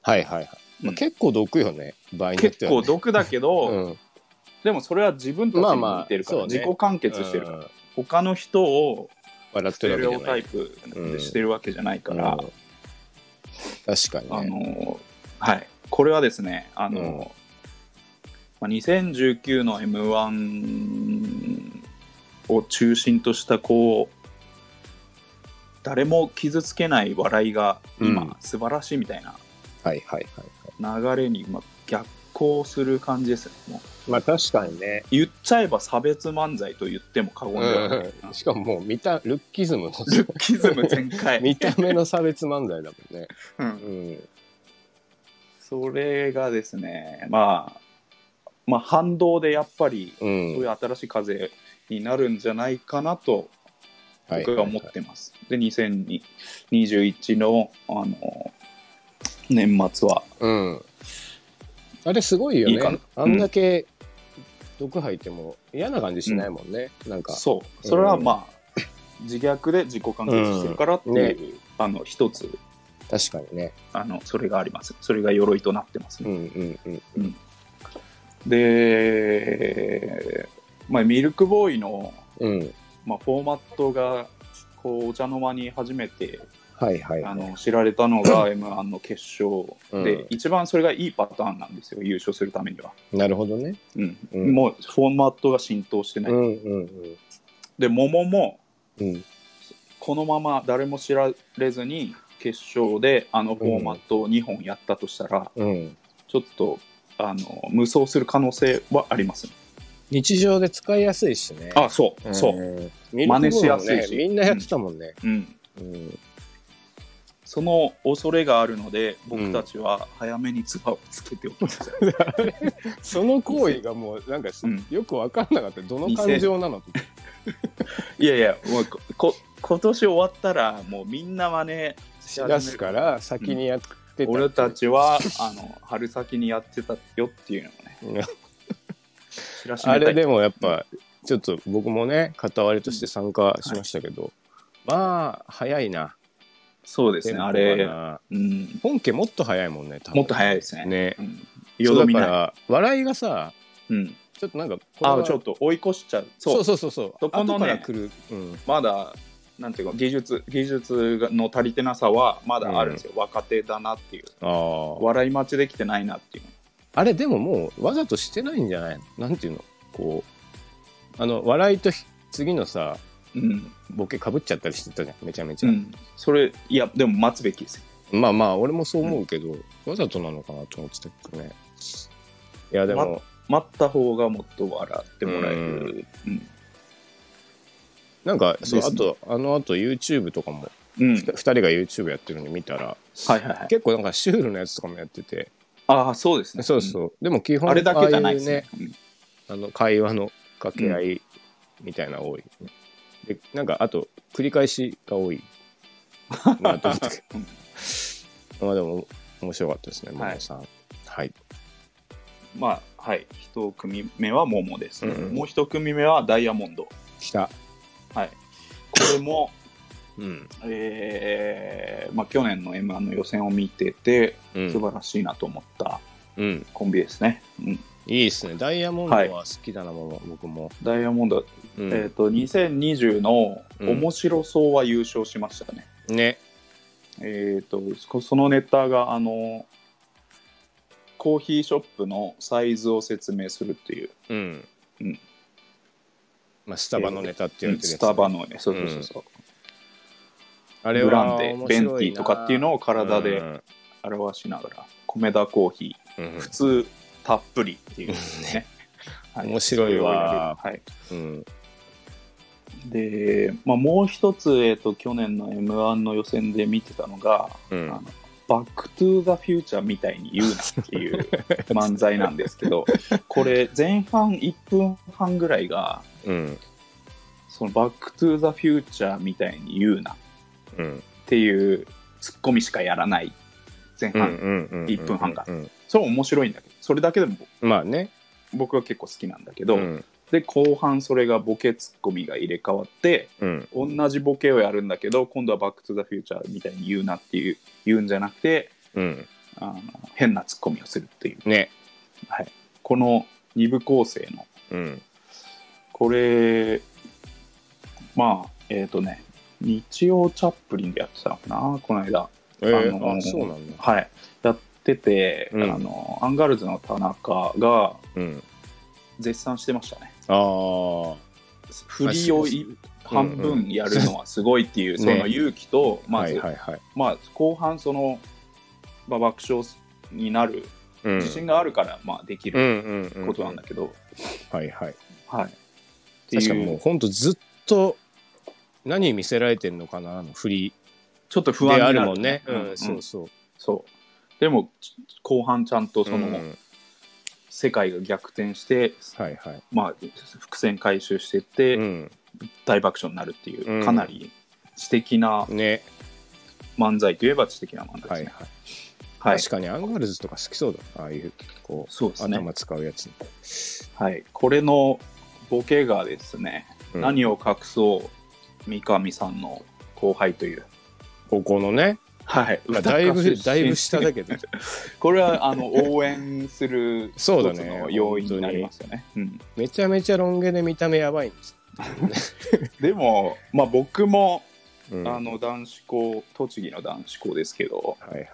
Speaker 2: はいはいはい
Speaker 1: う
Speaker 2: まあ
Speaker 1: ん
Speaker 2: 結構毒よね場合によっ
Speaker 1: 結
Speaker 2: ては
Speaker 1: 構
Speaker 2: ね
Speaker 1: 毒だけど、
Speaker 2: うん
Speaker 1: でもそれは自分たち
Speaker 2: まあ
Speaker 1: に
Speaker 2: まあ
Speaker 1: 向いてるから、
Speaker 2: そうね
Speaker 1: 自己完結してるから、
Speaker 2: うん
Speaker 1: 他の人を
Speaker 2: 笑っ
Speaker 1: ス
Speaker 2: て
Speaker 1: テレ
Speaker 2: る
Speaker 1: オ
Speaker 2: わけじゃな
Speaker 1: タイ
Speaker 2: い
Speaker 1: プでしてるわけじゃないから、
Speaker 2: うん確かに
Speaker 1: あ
Speaker 2: ね
Speaker 1: のはいこれはですねあの、まあ、2019の m 1を中心としたこう誰も傷つけない笑いが今、
Speaker 2: うん
Speaker 1: 素晴らしいみたいな
Speaker 2: はいはいはい
Speaker 1: 流れに、まあ、逆行する感じですねもう
Speaker 2: まあ確かにね。
Speaker 1: 言っちゃえば差別漫才と言っても過言ではない、
Speaker 2: うんしかももう見た、ルッキズムの、
Speaker 1: ルッキズム全開、
Speaker 2: 見た目の差別漫才だもんね。
Speaker 1: うん
Speaker 2: うん。
Speaker 1: それがですね、まあ、まあ反動でやっぱり
Speaker 2: う。
Speaker 1: そうんいう新しい風になるんじゃないかなと
Speaker 2: はい
Speaker 1: 僕は思ってます。で2021のあの年末は
Speaker 2: うん。あれすごいよね。
Speaker 1: いいかな
Speaker 2: あんだけ毒吐いても嫌な感じしないもんね。なんか。
Speaker 1: そうそれはまあ、自虐で自己完結してるからっていう、あの一つ
Speaker 2: 確かにね。
Speaker 1: あのそれがありますそれが鎧となってますね
Speaker 2: うんうんうん。
Speaker 1: で、まあ、ミルクボーイの、
Speaker 2: うん。
Speaker 1: まあ、フォーマットがこうお茶の間に初めて
Speaker 2: はいはい。
Speaker 1: あの知られたの が m 1の決勝で、
Speaker 2: うん
Speaker 1: 一番それがいいパターンなんですよ優勝するためには、
Speaker 2: なるほどね。
Speaker 1: うん
Speaker 2: うん
Speaker 1: もうフォーマットが浸透してない、
Speaker 2: うんうん
Speaker 1: で桃も
Speaker 2: うん。うん。
Speaker 1: このまま誰も知られずに決勝であのフォーマットを2本やったとしたら、
Speaker 2: うん。
Speaker 1: ちょっとあの無双する可能性はあります、ね、
Speaker 2: 日常で使いやすいしね。
Speaker 1: あそ
Speaker 2: ん
Speaker 1: うそう、
Speaker 2: ミルクボーイもね
Speaker 1: 真似しやすいし
Speaker 2: みんなやってたもんね。
Speaker 1: うん、
Speaker 2: うん。
Speaker 1: その恐れがあるので僕たちは早めに唾をつけておきました、
Speaker 2: その行為がもう、なんか
Speaker 1: うん
Speaker 2: よく分かんなかった。どの感情なの
Speaker 1: いやいや もうここ今年終わったらもうみんなはね
Speaker 2: しだすから、先にやってた。
Speaker 1: 俺たちはあの春先にやってたよっていうのをね
Speaker 2: うん。
Speaker 1: 知らし
Speaker 2: あ
Speaker 1: めた
Speaker 2: れ
Speaker 1: い
Speaker 2: でもやっぱ、ちょっと僕もね、片割れとして参加しましたけど、まあ、早いな。
Speaker 1: そうです
Speaker 2: テン
Speaker 1: ね
Speaker 2: ポが
Speaker 1: あれ、
Speaker 2: な
Speaker 1: うん、
Speaker 2: 本家もっと早いもんね、多分
Speaker 1: もっと早いですね
Speaker 2: ね
Speaker 1: う。ん、
Speaker 2: そ
Speaker 1: よ
Speaker 2: う
Speaker 1: ど
Speaker 2: だ
Speaker 1: み
Speaker 2: か
Speaker 1: ない、
Speaker 2: ら、笑いがさ、
Speaker 1: うん、
Speaker 2: ちょっとなんかこれは、
Speaker 1: あちょっと追い越しちゃうそう
Speaker 2: そうそうそうそ
Speaker 1: そ
Speaker 2: う、
Speaker 1: このね
Speaker 2: 後から来る、うん、
Speaker 1: まだなんていうか技術技術がの足りてなさはまだあるんですよ、若手だなっていう
Speaker 2: あ
Speaker 1: 笑い待ちできてないなっていう
Speaker 2: ああれでももうわざとしてないんじゃないのなんていうのこうあの笑いとひ次のさ
Speaker 1: うん、
Speaker 2: ボケかぶっちゃったりしてたじゃんめちゃめち
Speaker 1: う
Speaker 2: ゃ、
Speaker 1: ん、それいやでも待つべきですよ
Speaker 2: まあまあ俺もそう思うけど、わざとなのかなと思ってたけどねいやでも、
Speaker 1: 待った方がもっと笑ってもらえるうん、
Speaker 2: なんかそう、
Speaker 1: で
Speaker 2: あ
Speaker 1: すね
Speaker 2: とあのあと YouTube とかも
Speaker 1: うん
Speaker 2: 2人が YouTube やってるの見たら
Speaker 1: はいはいはい
Speaker 2: 結構なんかシュールなやつとかもやってて
Speaker 1: ああそうですね
Speaker 2: そうそう、でも基
Speaker 1: うん
Speaker 2: 本
Speaker 1: あれだけじゃないで
Speaker 2: ああう
Speaker 1: す
Speaker 2: ね
Speaker 1: ねうん
Speaker 2: あの会話の掛け合いみたいなの多い、ねでなんかあと繰り返しが多いなと思った け
Speaker 1: うん
Speaker 2: どまあでも面白かったですね
Speaker 1: はい
Speaker 2: 桃さんはい、
Speaker 1: まあはい一組目はモモです、ね
Speaker 2: うんうん
Speaker 1: もう一組目はダイヤモンド
Speaker 2: 来た
Speaker 1: はいこれも
Speaker 2: うん
Speaker 1: えーまあ、去年の m 1の予選を見てて
Speaker 2: う
Speaker 1: 素
Speaker 2: ん、
Speaker 1: 晴らしいなと思った
Speaker 2: うん、
Speaker 1: コンビですね、うん、
Speaker 2: いいですねダイヤモンドは好きだな、もう僕も、
Speaker 1: ダイヤモンド、
Speaker 2: うん
Speaker 1: えっ、と2020の面白そうは優勝しましたね、
Speaker 2: ね
Speaker 1: えー、とそそのネタがあのコーヒーショップのサイズを説明するっていう、
Speaker 2: うん
Speaker 1: うん
Speaker 2: まあ、スタバのネタって言われてるや
Speaker 1: ス
Speaker 2: つね、
Speaker 1: タバのねそうそうそうそう、
Speaker 2: あれ
Speaker 1: ブラ
Speaker 2: は
Speaker 1: ンデ
Speaker 2: 面白いな
Speaker 1: ベンティとかっていうのを体で
Speaker 2: うん
Speaker 1: 表しながら、米田コーヒ
Speaker 2: うん
Speaker 1: ー普通たっぷりっていうね、 は
Speaker 2: 面白いわ
Speaker 1: それをやる
Speaker 2: うん
Speaker 1: はい、で、まあ、もう一つ、えー、と去年の m 1の予選で見てたのが
Speaker 2: う
Speaker 1: あの
Speaker 2: ん
Speaker 1: バック・トゥ・ザ・フューチャーみたいに言うなって いう漫才なんですけどこれ前半1分半ぐらいが
Speaker 2: うん
Speaker 1: そのバック・トゥ・ザ・フューチャーみたいに言うなっ
Speaker 2: うん
Speaker 1: ていうツッコミしかやらない前
Speaker 2: うん
Speaker 1: 半、
Speaker 2: うんうん
Speaker 1: 1分半か
Speaker 2: うん
Speaker 1: それは面白いんだけどそれだけでも
Speaker 2: まあね
Speaker 1: 僕は結構好きなんだけど、
Speaker 2: うん
Speaker 1: で後半それがボケツッコミが入れ替わって
Speaker 2: うん
Speaker 1: 同じボケをやるんだけど今度はバック・トゥ・ザ・フューチャーみたいに言うなっていう言うんじゃなくて
Speaker 2: うん
Speaker 1: あの変なツッコミをするっていう。
Speaker 2: ね
Speaker 1: はい、この2部構成の
Speaker 2: うん
Speaker 1: これまあえっ、とね日曜チャップリンでやってたのかなこの間
Speaker 2: えー
Speaker 1: あのー
Speaker 2: あそうなんだ
Speaker 1: はいやってて、
Speaker 2: うん
Speaker 1: あのアンガールズの田中が
Speaker 2: うん
Speaker 1: 絶賛してましたね
Speaker 2: ああ
Speaker 1: 振りをい半分やるのはすごいっていう、
Speaker 2: うん
Speaker 1: そ
Speaker 2: ね
Speaker 1: の勇気と、ま
Speaker 2: は
Speaker 1: ず、
Speaker 2: いはいはい
Speaker 1: まあ後半その、まあ、爆笑になる
Speaker 2: うん
Speaker 1: 自信があるから、まあでき
Speaker 2: うん
Speaker 1: る
Speaker 2: うんうん
Speaker 1: ことなんだけど、
Speaker 2: はいはい
Speaker 1: はいっていう
Speaker 2: 確かにもうほんとずっと何見せられてんのかなの振り
Speaker 1: ちょっと
Speaker 2: で
Speaker 1: 不安にな
Speaker 2: あ
Speaker 1: る
Speaker 2: るもんねうん
Speaker 1: うん
Speaker 2: そうそう
Speaker 1: そう。でも、ち後半ちゃんとその、
Speaker 2: うん
Speaker 1: 世界が逆転して、
Speaker 2: はいはい
Speaker 1: まあ、伏線回収してって、
Speaker 2: うん
Speaker 1: 大爆笑になるっていう、
Speaker 2: うん
Speaker 1: かなり知的な
Speaker 2: ね
Speaker 1: 漫才といえば知的な漫才です
Speaker 2: はい
Speaker 1: ね。
Speaker 2: はい
Speaker 1: はい
Speaker 2: 確。かにアンガールズとか好きそうだなああいうこう
Speaker 1: そうですね。
Speaker 2: 頭使うやつ、
Speaker 1: はい。これのボケがですね、
Speaker 2: うん
Speaker 1: 何を隠そう、三上さんの後輩という。
Speaker 2: 高校のね、
Speaker 1: はい。
Speaker 2: まあ、だい
Speaker 1: 歌歌
Speaker 2: ぶ
Speaker 1: 出身
Speaker 2: だいぶ下だけ ど
Speaker 1: これは、あの、応援する一つ
Speaker 2: そうだね
Speaker 1: の要因になりますよね。うん。
Speaker 2: めちゃめちゃロン毛で見た目やばいんです、
Speaker 1: でも、まあ僕も、
Speaker 2: うん
Speaker 1: あの、男子校、栃木の男子校ですけど、
Speaker 2: はいはい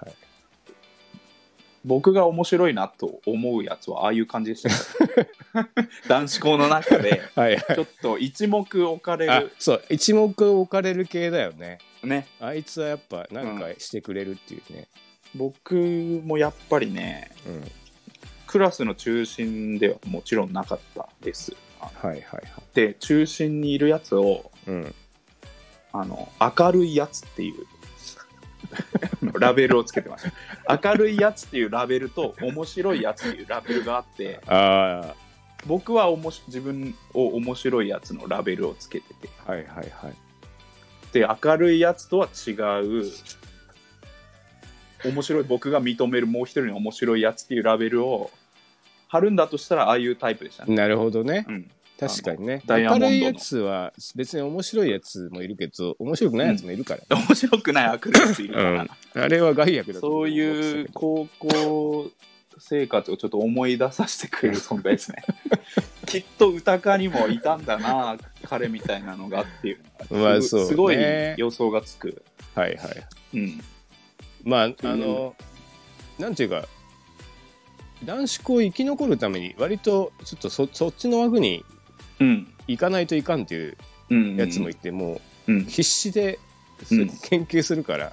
Speaker 1: 僕が面白いなと思うやつは、ああいう感じでした ね。男子校の中で、
Speaker 2: はい
Speaker 1: ちょっと一目置かれ
Speaker 2: あ
Speaker 1: る、
Speaker 2: そう一目置かれる系だよね
Speaker 1: ね。
Speaker 2: あいつはやっぱなんかしてくれるっていうね、
Speaker 1: 僕もやっぱりね、
Speaker 2: うん
Speaker 1: クラスの中心ではもちろんなかったです。
Speaker 2: はいはいはい、
Speaker 1: で、中心にいるやつを、
Speaker 2: うん、
Speaker 1: あの、明るいやつっていう、ラベルをつけてました。明るいやつっていうラベルと、面白いやつっていうラベルがあって、
Speaker 2: あ
Speaker 1: 僕はおもし自分を面白いやつのラベルをつけてて、
Speaker 2: あはいはいはい
Speaker 1: で、明るいやつとは違う、面白い、僕が認めるもう一人の面白いやつっていうラベルを貼るんだとしたら、ああいうタイプでしたね。
Speaker 2: なるほどね
Speaker 1: うん
Speaker 2: 確かにね
Speaker 1: あのダイヤモンドの
Speaker 2: 明るいやつは別に面白いやつもいるけど面白くないやつもいるから、
Speaker 1: 面白くない悪ですいるから、
Speaker 2: あれは害悪だと思
Speaker 1: そういう高校生活をちょっと思い出させてくれる存在ですねきっと歌家にもいたんだな彼みたいなのがっていうの
Speaker 2: ま
Speaker 1: が
Speaker 2: あ
Speaker 1: す
Speaker 2: そう
Speaker 1: ご
Speaker 2: ね
Speaker 1: すごい予想がつく、
Speaker 2: はいはい
Speaker 1: うん、
Speaker 2: まああの、なんていうか男子校生き残るために割とちょっとそそっちの枠に
Speaker 1: うん
Speaker 2: 行かないといかんっていう
Speaker 1: うん
Speaker 2: やつもいて、も
Speaker 1: う、
Speaker 2: うん必死でそれ研究するから、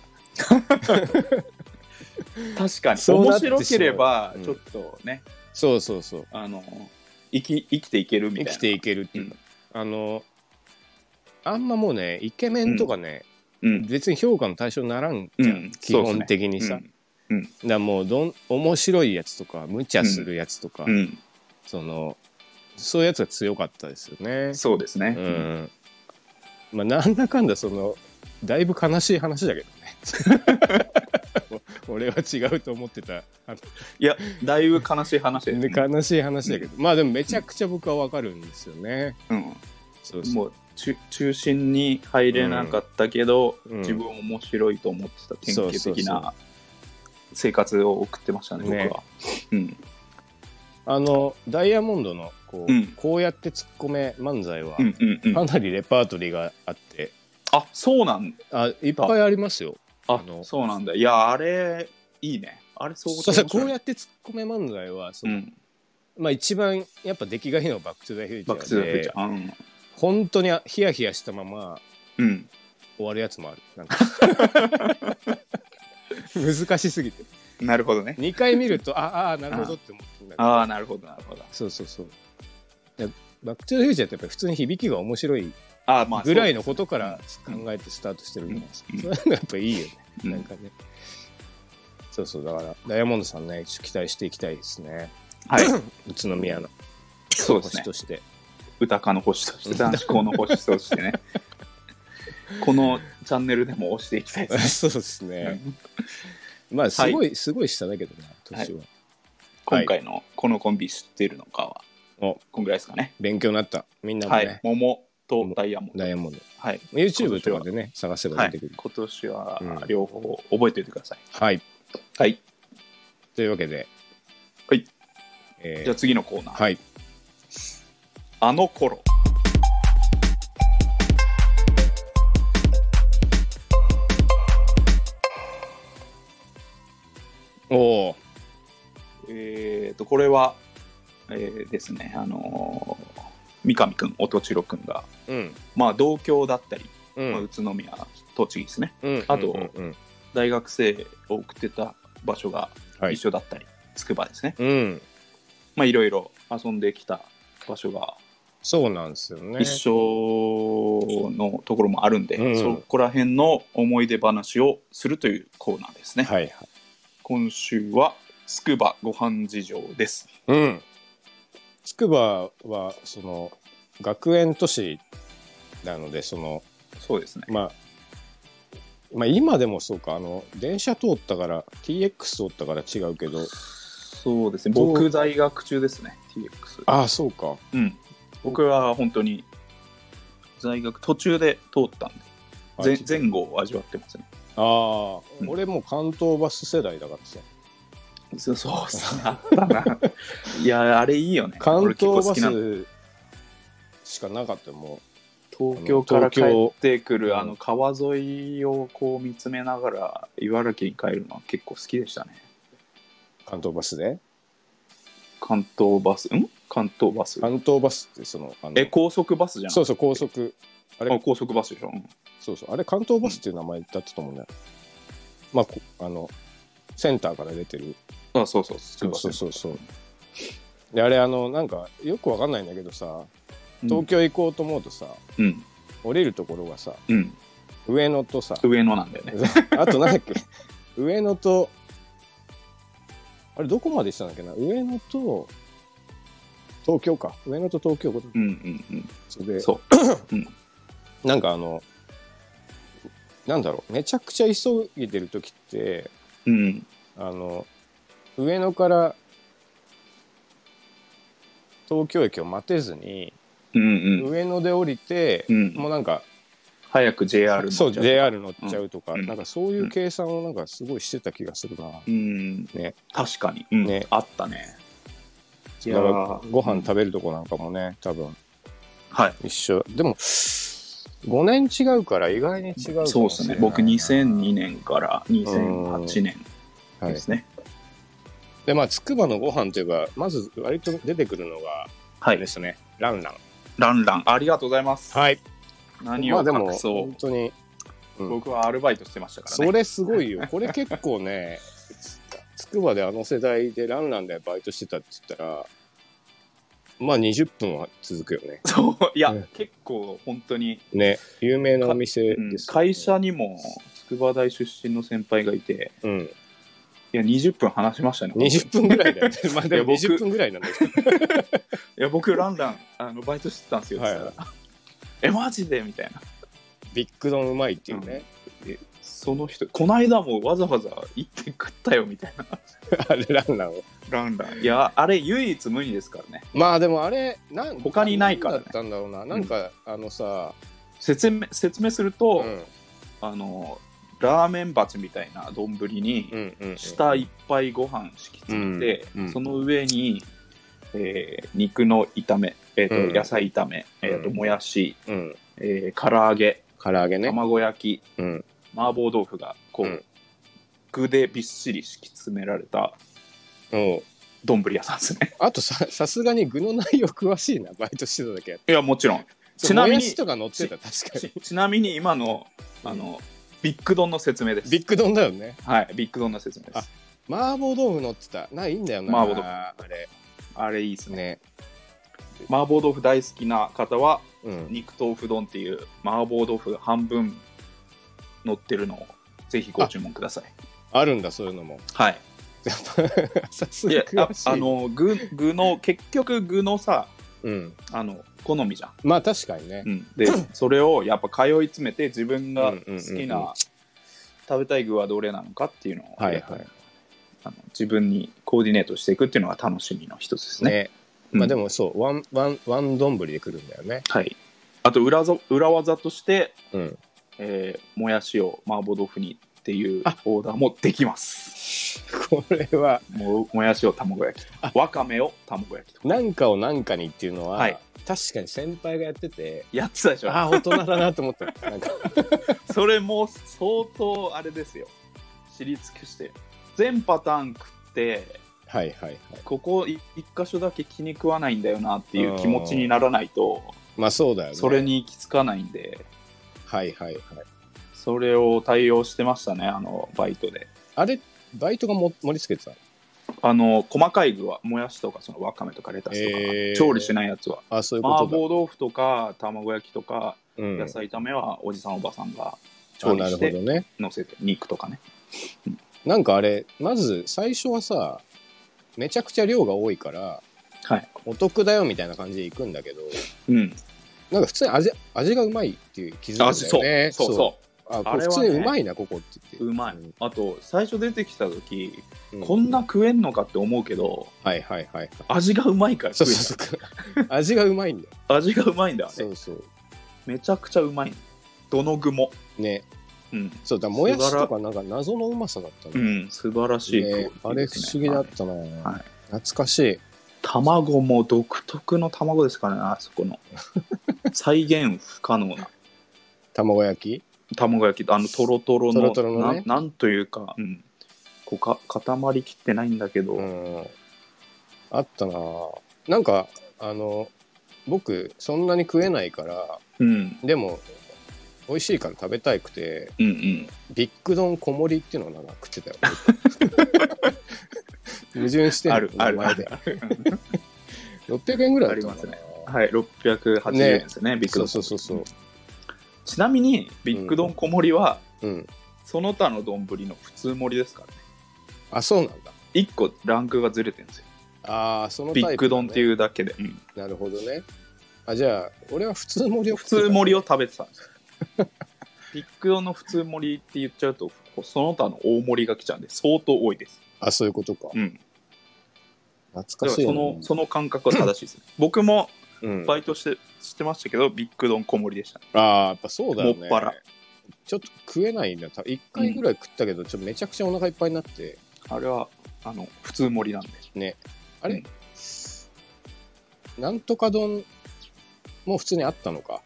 Speaker 1: 確かに
Speaker 2: そう
Speaker 1: 面
Speaker 2: なってしまう
Speaker 1: 白ければ
Speaker 2: うん
Speaker 1: ちょっとね、
Speaker 2: そうそうそう
Speaker 1: あの生き生きていけるみたい
Speaker 2: 生
Speaker 1: な
Speaker 2: きていけるっていうか、あのあんまもうねイケメンとかね、
Speaker 1: うん
Speaker 2: 別に評価の対象にならんじゃ
Speaker 1: う
Speaker 2: ん、
Speaker 1: ん
Speaker 2: 基本的にさ、だからもうどん面白いやつとか無茶するやつとか、
Speaker 1: うんうん
Speaker 2: そのそういうやつが強かったですよね。
Speaker 1: そうですね、
Speaker 2: うんまあ、なんだかんだそのだいぶ悲しい話だけ どね俺は違うと思ってたあ
Speaker 1: いやだいぶ悲しい話です、
Speaker 2: の
Speaker 1: ね
Speaker 2: 悲しい話だけど、まあでもめちゃくちゃ僕はわかるんですよね
Speaker 1: うん、
Speaker 2: そうそう
Speaker 1: もう中中心に入れなかったけど、
Speaker 2: うん
Speaker 1: 自分面白いと思ってた典型
Speaker 2: そうそう
Speaker 1: 的
Speaker 2: そう
Speaker 1: な生活を送ってましたね、
Speaker 2: ね
Speaker 1: 僕は。うん、
Speaker 2: あのダイヤモンドのこう,、
Speaker 1: うん
Speaker 2: こうやって突っ込め漫才は
Speaker 1: うん、うん、う
Speaker 2: か
Speaker 1: ん。
Speaker 2: なりレパートリーがあって
Speaker 1: あ、そうなん
Speaker 2: あいっぱいありますよ。
Speaker 1: あ
Speaker 2: あの
Speaker 1: そうなんだ。いや、あれ、いいね。あれ、そう
Speaker 2: そうそうこうやって突っ込め漫才はその、
Speaker 1: ん、
Speaker 2: まあ、一番やっぱ出来がいいのはバック・トゥ・ザ・フューチ
Speaker 1: バ
Speaker 2: ャ
Speaker 1: ックス
Speaker 2: ーで
Speaker 1: ちゃん。
Speaker 2: 本当にヒヤヒヤしたまま
Speaker 1: うん。
Speaker 2: 終わるやつもあるなんか 難しすぎて
Speaker 1: なるほどね。
Speaker 2: 2回見るとああーなるほどって思ってんだけど
Speaker 1: ああ、なるほど、なるほど。
Speaker 2: そうそうそうでバック・トゥ・ザ・フューチャーってやっぱり普通に響きが面白い
Speaker 1: ああ、まあ、
Speaker 2: ぐらいの
Speaker 1: そう
Speaker 2: ことから考えてスタートしてるじゃないですか、
Speaker 1: うん
Speaker 2: そういうのやっぱいいよね、
Speaker 1: うん
Speaker 2: なんかねそうそうだからダイヤモンドさんねちょっと期待していきたいですね
Speaker 1: はい、
Speaker 2: 宇都宮の
Speaker 1: そうです
Speaker 2: 星
Speaker 1: ね
Speaker 2: と。して
Speaker 1: 歌家の星として、男子校の星として ね。このチャンネルでも押していきたいですね
Speaker 2: そうですね、まあすごい、すごい下だけどな年は、
Speaker 1: 今回のこのコンビ知ってるのかは、
Speaker 2: お
Speaker 1: こんぐらいですかね。
Speaker 2: 勉強になったみんなもね、
Speaker 1: はい。桃とダイヤモンド。
Speaker 2: ダイヤモンド
Speaker 1: はい。
Speaker 2: YouTube とかでね探せば
Speaker 1: は
Speaker 2: 出
Speaker 1: い
Speaker 2: てくる、
Speaker 1: 今年
Speaker 2: う
Speaker 1: は
Speaker 2: ん
Speaker 1: 両方覚えておいてください。
Speaker 2: はい、
Speaker 1: はい。
Speaker 2: というわけで
Speaker 1: はい
Speaker 2: え
Speaker 1: じゃあ
Speaker 2: ー、
Speaker 1: 次のコーナー。
Speaker 2: はい
Speaker 1: あの頃。
Speaker 2: おお
Speaker 1: えっ、と、これは、えーですね、あのー三上くん、音千代くんが、
Speaker 2: うん
Speaker 1: まあ、同郷だったり、
Speaker 2: うん
Speaker 1: まあ、宇都宮、栃木ですね。
Speaker 2: うん
Speaker 1: あと
Speaker 2: うんうん
Speaker 1: 大学生を送ってた場所が
Speaker 2: はい
Speaker 1: 一緒だったり、筑波ですね。
Speaker 2: うん
Speaker 1: まあ、いろいろ遊んできた場所が
Speaker 2: そうなんですよね
Speaker 1: 一緒のところもあるんで、
Speaker 2: うん
Speaker 1: そこら辺の思い出話をするというコーナーですね。
Speaker 2: はいはい
Speaker 1: 今週はつくばご飯事情です。
Speaker 2: うん筑波はその学園都市なのでその
Speaker 1: そうですね。
Speaker 2: まあまあ今でもそうか、あの、電車通ったから、TX 通ったから違うけど、
Speaker 1: そうですね。
Speaker 2: どう
Speaker 1: 僕、在学中ですね、TX。
Speaker 2: ああ、そうか。
Speaker 1: うん。僕は本当に、在学途中で通ったんで、
Speaker 2: あ
Speaker 1: 前前後を味わってますね。
Speaker 2: ああ、
Speaker 1: うん
Speaker 2: 俺も関東バス世代だからさ。
Speaker 1: そうそうそう、あったな。 いや、あれいいよね。
Speaker 2: 関東
Speaker 1: 俺
Speaker 2: バ
Speaker 1: 結構好きなの
Speaker 2: スしかなかったよも
Speaker 1: 東京から帰
Speaker 2: 東京
Speaker 1: ってくるあ
Speaker 2: う
Speaker 1: の
Speaker 2: ん
Speaker 1: 川沿いをこう見つめながら茨城に帰るのは結構好きでしたね。
Speaker 2: う関東バスで
Speaker 1: 関東バス、ん関東バス。
Speaker 2: 関東バスってそのあの
Speaker 1: え、高速バスじゃん。
Speaker 2: そうそう高速あ
Speaker 1: あ
Speaker 2: れ
Speaker 1: 高速バスでしょ。うん
Speaker 2: そうそうあれ関東バスっていう名前だったと思うんだよ、まあこあのセンターから出てる
Speaker 1: あ、そうそう、つく
Speaker 2: そ
Speaker 1: ば
Speaker 2: う
Speaker 1: 線
Speaker 2: そうそうそうであれあのなんかよくわかんないんだけどさ東
Speaker 1: 東
Speaker 2: 京行こうと思うとさ、
Speaker 1: 京、うん、
Speaker 2: 降りるところがさ
Speaker 1: うん、
Speaker 2: 上野とさ
Speaker 1: 上野なんだよね。
Speaker 2: あとなんだっけ上野とあれどこまでしたんだっけな上野と東京か上野と東京
Speaker 1: うん、うん、
Speaker 2: そ
Speaker 1: うん。
Speaker 2: れで
Speaker 1: そ
Speaker 2: なんかあのなんだろうめちゃくちゃ急いでる時って
Speaker 1: う、うん、
Speaker 2: あの上野から東京駅を待てずに、
Speaker 1: うん、うん、
Speaker 2: 上野で降りて、
Speaker 1: うん
Speaker 2: もうなんか
Speaker 1: 早く JR の。
Speaker 2: そう JR 乗っちゃうとか、
Speaker 1: うん
Speaker 2: なんかそういう計算をなんかすごいしてた気がするな、
Speaker 1: うん、
Speaker 2: ね
Speaker 1: 確かに、うん
Speaker 2: ね
Speaker 1: あったね。いや
Speaker 2: だから
Speaker 1: ー
Speaker 2: ご飯食べるとこなんかもね多分
Speaker 1: はい。
Speaker 2: 一緒でも5年違うから意外に違うかもしれないな
Speaker 1: そうですね。僕2002年から2008年
Speaker 2: はい
Speaker 1: ですね。
Speaker 2: でまあつくばのご飯というかまず割と出てくるのが
Speaker 1: は
Speaker 2: あ
Speaker 1: い。
Speaker 2: れですね、ランラン
Speaker 1: ランラン、ありがとうございます。
Speaker 2: はい
Speaker 1: 何
Speaker 2: ま
Speaker 1: を
Speaker 2: あでも
Speaker 1: 隠そう
Speaker 2: 本。当にうん
Speaker 1: 僕はアルバイトしてましたからね。
Speaker 2: それすごいよこれ結構ね つくばであの世代でランランでバイトしてたって言ったらまあ20分は続くよね
Speaker 1: そういや、
Speaker 2: うん
Speaker 1: 結構本当に、
Speaker 2: ね有名なお店
Speaker 1: うん
Speaker 2: ですよね、
Speaker 1: 会社にも筑波大出身の先輩がいて、
Speaker 2: うん
Speaker 1: いや、20分話しましたね。
Speaker 2: 20分ぐらいだよねまあで
Speaker 1: い
Speaker 2: も
Speaker 1: や僕
Speaker 2: 20分ぐらいなんだけど
Speaker 1: いや、僕、ランラン、あのバイトしてたんですよ。
Speaker 2: はい
Speaker 1: って言ったらえ、マジでみたいな。
Speaker 2: ビッグ丼うまいっていうね、
Speaker 1: その人、こないだもわざわざ行って食ったよみたいな。
Speaker 2: あれランランを
Speaker 1: ランラン。いや、あれ、唯一無二ですからね。
Speaker 2: まあでもあれなん
Speaker 1: 他にないからね
Speaker 2: んだったんだろうななんか、あのさ、
Speaker 1: 説明説明すると、
Speaker 2: うん
Speaker 1: あの、ラーメン鉢みたいな丼に、
Speaker 2: うんうんうん
Speaker 1: 下いっぱいご飯敷き詰めて、
Speaker 2: うんうん
Speaker 1: その上に、えー肉の炒め、えーと
Speaker 2: うん
Speaker 1: 野菜炒め、えーと
Speaker 2: うん
Speaker 1: もやし、
Speaker 2: うん
Speaker 1: えー、唐揚げ
Speaker 2: 唐揚げね
Speaker 1: 卵焼き
Speaker 2: うん
Speaker 1: 麻婆豆腐がこう、
Speaker 2: うん
Speaker 1: 具でびっしり敷き詰められた
Speaker 2: おう
Speaker 1: 丼屋さんですね
Speaker 2: あとささすがに具の内容詳しいな バイトしてただけあって
Speaker 1: いやもちろんちなみに
Speaker 2: もやしとか乗ってた確か
Speaker 1: ちちなみに今のあのビッグ丼の説明で
Speaker 2: に
Speaker 1: す
Speaker 2: ビッグ丼だよね
Speaker 1: はいビッグ丼の説明です
Speaker 2: 麻婆豆腐乗ってたないいんだよな
Speaker 1: 麻婆豆腐
Speaker 2: あれ
Speaker 1: あれいいですね
Speaker 2: ね
Speaker 1: 麻婆豆腐大好きな方は
Speaker 2: うん
Speaker 1: 肉豆腐丼っていう麻婆豆腐半分乗ってるのをぜひご注文ください
Speaker 2: あるんだそういうのも
Speaker 1: はい
Speaker 2: さす
Speaker 1: い
Speaker 2: が
Speaker 1: やあ
Speaker 2: 詳しい
Speaker 1: あの具具の結局具のさ
Speaker 2: うん
Speaker 1: あの好みじゃん
Speaker 2: まあ確かにね
Speaker 1: うんでそれをやっぱ通い詰めて自分が
Speaker 2: うんうんうんうん
Speaker 1: 好きな食べたい具はどれなのかっていうのを、
Speaker 2: はい
Speaker 1: やっぱ
Speaker 2: は
Speaker 1: り
Speaker 2: い
Speaker 1: あの自分にコーディネートしていくっていうのが楽しみの一つですね。
Speaker 2: ね
Speaker 1: うん
Speaker 2: まあでもそうワンワンワン丼で来るんだよね
Speaker 1: はい、あと裏ぞ裏技として、
Speaker 2: うん
Speaker 1: えーもやしを麻婆豆腐にっていう
Speaker 2: あ
Speaker 1: オーダーもできます。
Speaker 2: これは
Speaker 1: ももやしを卵焼きとわかめを卵焼きと
Speaker 2: なんかをなんかにっていうのは、
Speaker 1: はい
Speaker 2: 確かに先輩がやってて
Speaker 1: やってたでしょ
Speaker 2: ああ大人だなと 思ったなんか
Speaker 1: それも相当あれですよ知り尽くして全パターン食って
Speaker 2: はいはいはい
Speaker 1: ここい一箇所だけ気に食わないんだよなっていう気持ちにならないと
Speaker 2: まあそうだよね
Speaker 1: それに行き着かないんで
Speaker 2: はいはいはい
Speaker 1: それを対応してましたねあのバイトで
Speaker 2: あれバイトがも盛り付けてたの
Speaker 1: あの細かい具はもやしとかそのわかめとかレタスとか、
Speaker 2: へー
Speaker 1: 調理しないやつは
Speaker 2: あそういう
Speaker 1: 麻
Speaker 2: ことだ
Speaker 1: 婆豆腐とか卵焼きとか
Speaker 2: うん
Speaker 1: 野菜炒めはおじさんおばさんが
Speaker 2: あ
Speaker 1: 調理
Speaker 2: なる
Speaker 1: し
Speaker 2: ほ
Speaker 1: て
Speaker 2: どね
Speaker 1: 乗せて肉とかね
Speaker 2: なんかあれまず最初はさめちゃくちゃ量が多いから
Speaker 1: はい
Speaker 2: お得だよみたいな感じで行くんだけど
Speaker 1: うん
Speaker 2: なんか普通に味味がうまいっていう気づくんだよね
Speaker 1: そうそうそう
Speaker 2: うあ、
Speaker 1: あ
Speaker 2: こ
Speaker 1: れ
Speaker 2: れ
Speaker 1: はね
Speaker 2: 普通にうまいな、ここって言って。
Speaker 1: うまい、あと最初出てきた時、
Speaker 2: うん
Speaker 1: こんな食えんのかって思うけど
Speaker 2: はいはいはい。
Speaker 1: 味がうまいから
Speaker 2: そう
Speaker 1: 食え
Speaker 2: そうそう。味がうまいんだよ。
Speaker 1: た味がうまいんだあれ
Speaker 2: そうそう。
Speaker 1: めちゃくちゃうまいどの具も
Speaker 2: ね。
Speaker 1: うん、
Speaker 2: そうだ、もやしとかなんか謎のうまさだった
Speaker 1: う
Speaker 2: ね。
Speaker 1: ん、素晴らしいクオリ
Speaker 2: ね
Speaker 1: テ
Speaker 2: あ
Speaker 1: ィ
Speaker 2: れ
Speaker 1: で
Speaker 2: 不
Speaker 1: す
Speaker 2: 思議
Speaker 1: ね
Speaker 2: だったな。
Speaker 1: は
Speaker 2: 懐かしい。
Speaker 1: 卵も独特の卵ですからねあそこ の再現不可能な
Speaker 2: 卵焼き
Speaker 1: 卵焼きあのトロトロの
Speaker 2: トロトロのね
Speaker 1: ななんというか,、うん、こうか固まりきってないんだけど、
Speaker 2: うん。あったな。なんか、あの、僕、そんなに食えないから、
Speaker 1: うん、
Speaker 2: でも、美味しいから食べたいくて、
Speaker 1: うんうん
Speaker 2: ビッグ丼小盛りっていうのをなんか食って たよ。矛盾して
Speaker 1: あるあるあ
Speaker 2: 前
Speaker 1: る
Speaker 2: で。600円ぐらいだ
Speaker 1: ありま
Speaker 2: ったか
Speaker 1: す
Speaker 2: な
Speaker 1: ねはい680円ですねビッグ丼
Speaker 2: そうそうそうそう。
Speaker 1: ちなみにビッグ丼小盛りは、
Speaker 2: うん。
Speaker 1: その他の丼の普通盛りですからね
Speaker 2: あ、そうなんだ。
Speaker 1: 1個ランクがずれてるんですよ、
Speaker 2: ああ、そのタ
Speaker 1: ビ
Speaker 2: イプ、ね。
Speaker 1: ッグ丼って
Speaker 2: う。
Speaker 1: いうだけで、うん
Speaker 2: なるほどね。あ、じゃあ、俺は普通盛りを
Speaker 1: 普通盛り
Speaker 2: を。
Speaker 1: を食べてたんですよビッグ丼の普通盛りって言っちゃうとその他の大盛りが来ちゃうんで相当多いです、
Speaker 2: あ、そういうことか。
Speaker 1: うん、だ
Speaker 2: 懐
Speaker 1: か
Speaker 2: からしい
Speaker 1: そ
Speaker 2: な、
Speaker 1: のその感覚は正しいですね僕も
Speaker 2: うん、
Speaker 1: バイトしてしてましたけどビッグ丼小盛りでした、
Speaker 2: ああ、やっぱそうだよね。
Speaker 1: もっぱら
Speaker 2: ちょっと食えないんだ。た一回ぐらい食ったけど、ちょっとめちゃくちゃお腹いっぱいになって、
Speaker 1: あれはあの普通盛りなんで
Speaker 2: あ
Speaker 1: う
Speaker 2: れ
Speaker 1: ん、
Speaker 2: なんとか丼も普通にあったのか。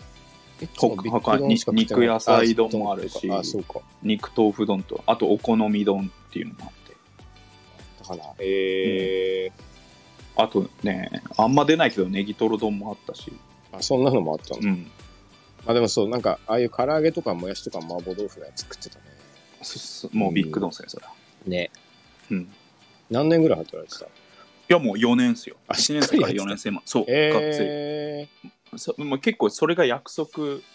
Speaker 2: いつもビッ
Speaker 1: 他
Speaker 2: グ丼しか食ってない
Speaker 1: に肉野菜丼もあるし
Speaker 2: あ、そうか。
Speaker 1: 肉豆腐丼とあとお好み丼っていうのもあって
Speaker 2: だから、え
Speaker 1: あとねあんま出ないけどネギトロ丼もあったし
Speaker 2: ーあ、そんなのもあったの。
Speaker 1: うん
Speaker 2: まあでもそう、なんか、ああいう唐揚げとかもやしとか麻婆豆腐のやつ食ってたね。
Speaker 1: そそもうビッグ丼ですねそれは
Speaker 2: ね。
Speaker 1: うんい
Speaker 2: 何年ぐらい働いてた
Speaker 1: やもう4年っすよ
Speaker 2: あ
Speaker 1: 1年生から
Speaker 2: しっかりやってた
Speaker 1: 4年生までそう、がっつり
Speaker 2: え
Speaker 1: そもう結構それが約束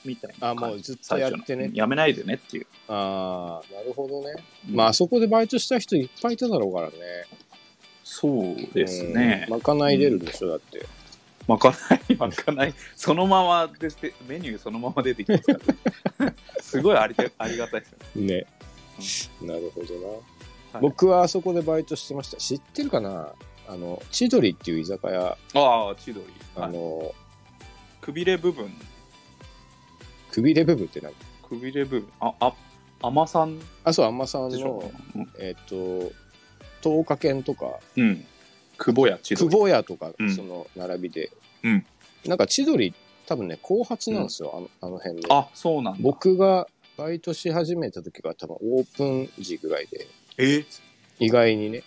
Speaker 1: みたいな
Speaker 2: あもうずっとやってね
Speaker 1: 最初のうんやめないでねっていう、
Speaker 2: ー、ああ、なるほどね。まあ、あそこでバイトした人いっぱいいただろうからね。
Speaker 1: そうですね、
Speaker 2: うんまかない出るでしょ、だって。
Speaker 1: まかない まかないそのままでしてメニューそのまま出てきますから、ね、 すごいありがありがたいですよね、
Speaker 2: ね。なるほどな。
Speaker 1: はい
Speaker 2: 僕はあそこでバイトしてました。知ってるかなあの、千鳥っていう居酒屋、
Speaker 1: ああ千鳥
Speaker 2: あ
Speaker 1: はい
Speaker 2: の、
Speaker 1: くびれ部分
Speaker 2: くびれ部分ってなんか、
Speaker 1: くびれ部分ああ甘さん
Speaker 2: あ、そう、あんまさん
Speaker 1: でしょ
Speaker 2: の、えっ、と、東華軒とか、
Speaker 1: うんうん久保や千
Speaker 2: 久
Speaker 1: 鳥
Speaker 2: 保屋とか
Speaker 1: う、ん
Speaker 2: その並びで、
Speaker 1: うん
Speaker 2: なんか千鳥、多分ね、後発なんですよ、あのあの辺で。
Speaker 1: あそうなんだ
Speaker 2: 僕がバイトし始めた時が多分オープン時ぐらいで、
Speaker 1: え
Speaker 2: 意外にね。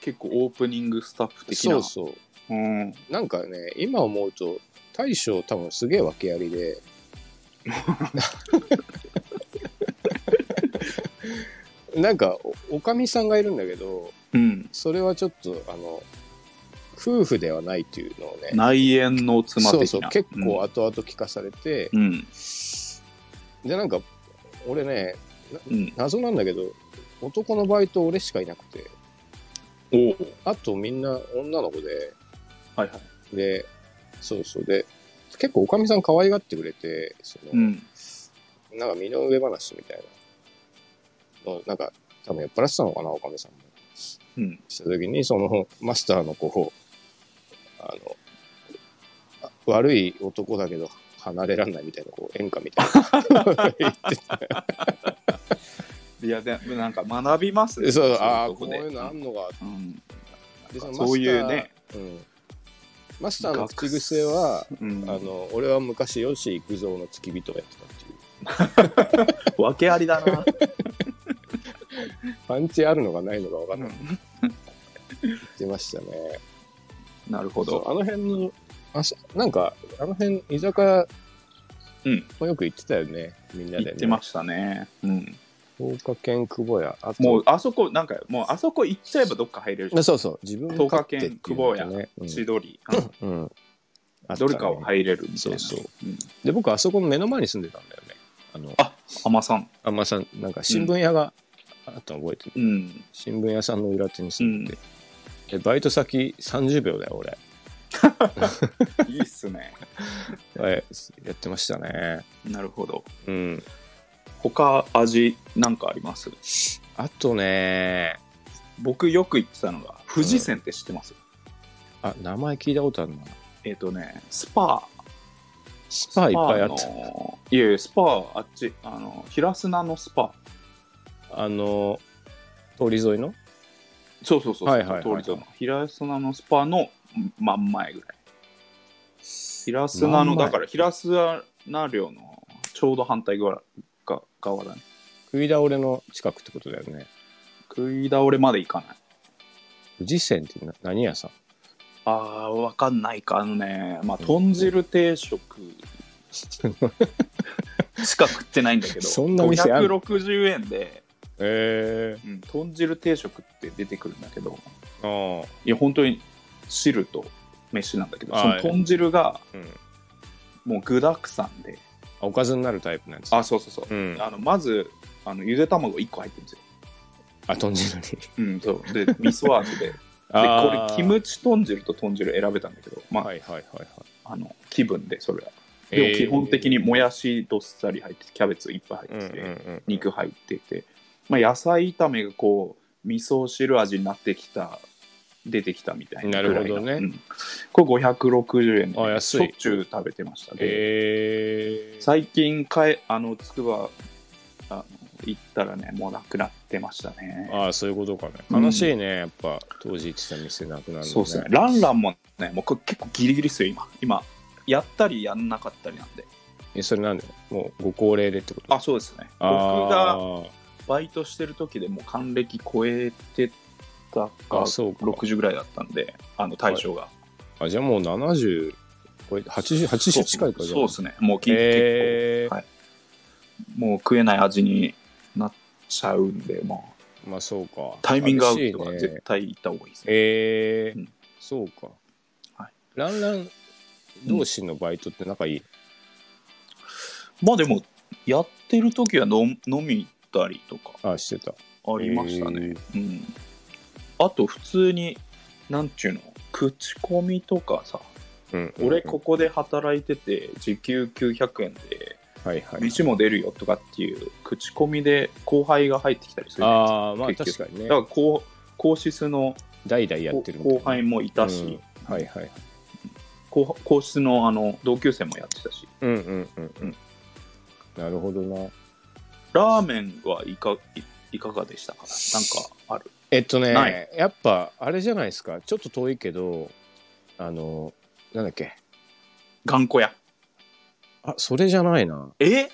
Speaker 1: 結構オープニングスタッフ的な
Speaker 2: そうそ
Speaker 1: う
Speaker 2: う。
Speaker 1: ん
Speaker 2: なんかね、今思うと、大将多分すげえ訳あ りで。なんかお、おかみさんがいるんだけど、
Speaker 1: うん
Speaker 2: それはちょっと、あの、夫婦ではないっていうのをね、
Speaker 1: 内縁の妻的
Speaker 2: そ
Speaker 1: な
Speaker 2: うそう、結構後々聞かされて、
Speaker 1: うん、うん
Speaker 2: で、なんか、俺ね、
Speaker 1: うん、
Speaker 2: 謎なんだけど、男のバイト俺しかいなくて、
Speaker 1: お
Speaker 2: あとみんな女の子で、
Speaker 1: はいはい、
Speaker 2: で、そうそうで、結構おかみさん可愛がってくれて、その、
Speaker 1: うん、
Speaker 2: なんか身の上話みたいなの、なんか多分酔っ払ってたのかな、おかみさんも。
Speaker 1: うん、
Speaker 2: した時に、そのマスターの子うあの、あ悪い男だけど離れらんないみたいな、こう、演歌みたい な。言って
Speaker 1: いやでなんか学びます
Speaker 2: てそう、
Speaker 1: い
Speaker 2: ああ、
Speaker 1: と
Speaker 2: こう
Speaker 1: で
Speaker 2: いうのあんのか。
Speaker 1: うん
Speaker 2: でのマスター
Speaker 1: そういうね、
Speaker 2: うん。マスターの口癖は、
Speaker 1: うん
Speaker 2: あ、の、俺は昔、吉幾三の付き人をやってたっていう。
Speaker 1: 訳ありだな、
Speaker 2: パンチあるのかないのか分かんない。
Speaker 1: うん
Speaker 2: 言ってましたね。
Speaker 1: なるほ
Speaker 2: そう
Speaker 1: ど
Speaker 2: あの辺の、あそなんか、あの辺、居酒屋
Speaker 1: うん
Speaker 2: もよく行ってたよね、みんなで、ね。
Speaker 1: 言ってましたね、うん、
Speaker 2: 東華圏久保屋。あと
Speaker 1: もうあそこなんかもうあそこ行っちゃえばどっか入れるじゃ
Speaker 2: あ
Speaker 1: ん
Speaker 2: そうそう、自分
Speaker 1: 東華
Speaker 2: 勝手
Speaker 1: 圏
Speaker 2: っていうのがね
Speaker 1: 千鳥、あの
Speaker 2: うん。うんあった
Speaker 1: ど
Speaker 2: ね
Speaker 1: れかを入れるみたいな
Speaker 2: そうそ
Speaker 1: うん
Speaker 2: で、僕、あそこの目の前に住んでたんだよね。あの、
Speaker 1: あ甘さん
Speaker 2: あんまさん、なんか新聞屋があったの覚えてる。
Speaker 1: うん
Speaker 2: 新聞屋さんの裏手に住んでて。でバイト先30秒だよ、俺。
Speaker 1: いいっすね
Speaker 2: はいやってましたね。
Speaker 1: なるほど
Speaker 2: うん。
Speaker 1: 他味なんかあります
Speaker 2: あとね、
Speaker 1: 僕よく行ってたのが富士山って知ってます、
Speaker 2: あ、名前聞いたことあるな。
Speaker 1: えっ、とねスパ
Speaker 2: スパいっぱいあっ
Speaker 1: ス
Speaker 2: た
Speaker 1: パ。のいやいやスパあっちあの平砂のスパ
Speaker 2: あの、通り沿いの
Speaker 1: そうそうそうそう、
Speaker 2: はいはいはいはい
Speaker 1: 通り沿いの平砂のスパの真ん前ぐらい平砂
Speaker 2: 真
Speaker 1: の
Speaker 2: ん前
Speaker 1: だから平砂寮のちょうど反対側が側だね
Speaker 2: 食い倒れの近くってことだよね。
Speaker 1: 食い倒れまで行かない
Speaker 2: 富士山ってな何屋さん
Speaker 1: あーわかんないかあのねまあ豚汁定食しか食ってないんだけど
Speaker 2: そんな店ある
Speaker 1: 560円で、
Speaker 2: え
Speaker 1: うん、豚汁定食って出てくるんだけど
Speaker 2: えー。ああ。
Speaker 1: いや本当に汁と飯なんだけどそ
Speaker 2: は
Speaker 1: の
Speaker 2: い
Speaker 1: 豚汁が
Speaker 2: うん。
Speaker 1: もう具だくさんで
Speaker 2: おかずになるタイプのやつ。
Speaker 1: あそうそうそう、
Speaker 2: うん。
Speaker 1: あのまずあのゆで卵1個入ってるんですよ、
Speaker 2: あ、豚汁に。
Speaker 1: うん、そうで味噌 味ででこれキムチ豚汁と豚汁選べたんだけど、まあ
Speaker 2: はいはいはいはい。
Speaker 1: あの気分でそれはでも基本的にもやしどっさり入っててキャベツいっぱい
Speaker 2: え
Speaker 1: 入っ
Speaker 2: ー
Speaker 1: てて、
Speaker 2: うんうんうん、
Speaker 1: 肉入ってて、まあ、野菜炒めがこう味噌汁味になってきた出てきたみたいなぐらいの
Speaker 2: なるほどね
Speaker 1: うんこれ560円で、
Speaker 2: あ安い
Speaker 1: しょっちゅう食べてましたで、
Speaker 2: えー、
Speaker 1: 最近かえあのつくばあの行ったらねもうなくなってましたね
Speaker 2: ああそういうことかね
Speaker 1: うん
Speaker 2: 悲しいね、やっぱ当時行ってた店なくなるの、ね、
Speaker 1: そうですねランランもねもうこれ結構ギリギリですよ今今やったりやんなかったりなんで
Speaker 2: えそれなんでもうご高齢でってこと
Speaker 1: あそうですね僕が
Speaker 2: あー
Speaker 1: バイトしてる時でもう還暦超えてたか
Speaker 2: あそうか
Speaker 1: 60ぐらいだったんであの対象が、
Speaker 2: あじゃあもう70これ80 80近いかじゃ
Speaker 1: そうですねもうき、
Speaker 2: えー
Speaker 1: はい結構もう食えない味になっちゃうんでまあ
Speaker 2: まあそうか
Speaker 1: タイミング合う
Speaker 2: 寂しい
Speaker 1: 人は
Speaker 2: ね
Speaker 1: 絶対行った方がいいですね
Speaker 2: えー
Speaker 1: うん
Speaker 2: そうか、
Speaker 1: はい
Speaker 2: ランラン同士のバイトって仲いい、
Speaker 1: まあでもやってる時はの飲み行ったりとか
Speaker 2: あしてた
Speaker 1: ありましたね、うんあと普通になんちゅうの口コミとかさ
Speaker 2: うん
Speaker 1: 俺ここで働いてて時給900円で
Speaker 2: はいはい
Speaker 1: 飯も出るよとかっていう口コミで後輩が入ってきたりするじゃないですか
Speaker 2: ああまあ
Speaker 1: 結
Speaker 2: 確
Speaker 1: 局
Speaker 2: かにね
Speaker 1: だからこう皇室の
Speaker 2: 代々やってるみたい
Speaker 1: 後
Speaker 2: な
Speaker 1: 輩もいたし、
Speaker 2: うんはいはい
Speaker 1: 後皇室のあの同級生もやってたし
Speaker 2: うんうんうんうんなるほどな
Speaker 1: ラーメンはいかいいかがでしたかなんかある
Speaker 2: えっと
Speaker 1: な
Speaker 2: ねやっぱあれじゃないですかちょっと遠いけどあのなんだっけ
Speaker 1: 頑固屋
Speaker 2: あそれじゃないな
Speaker 1: え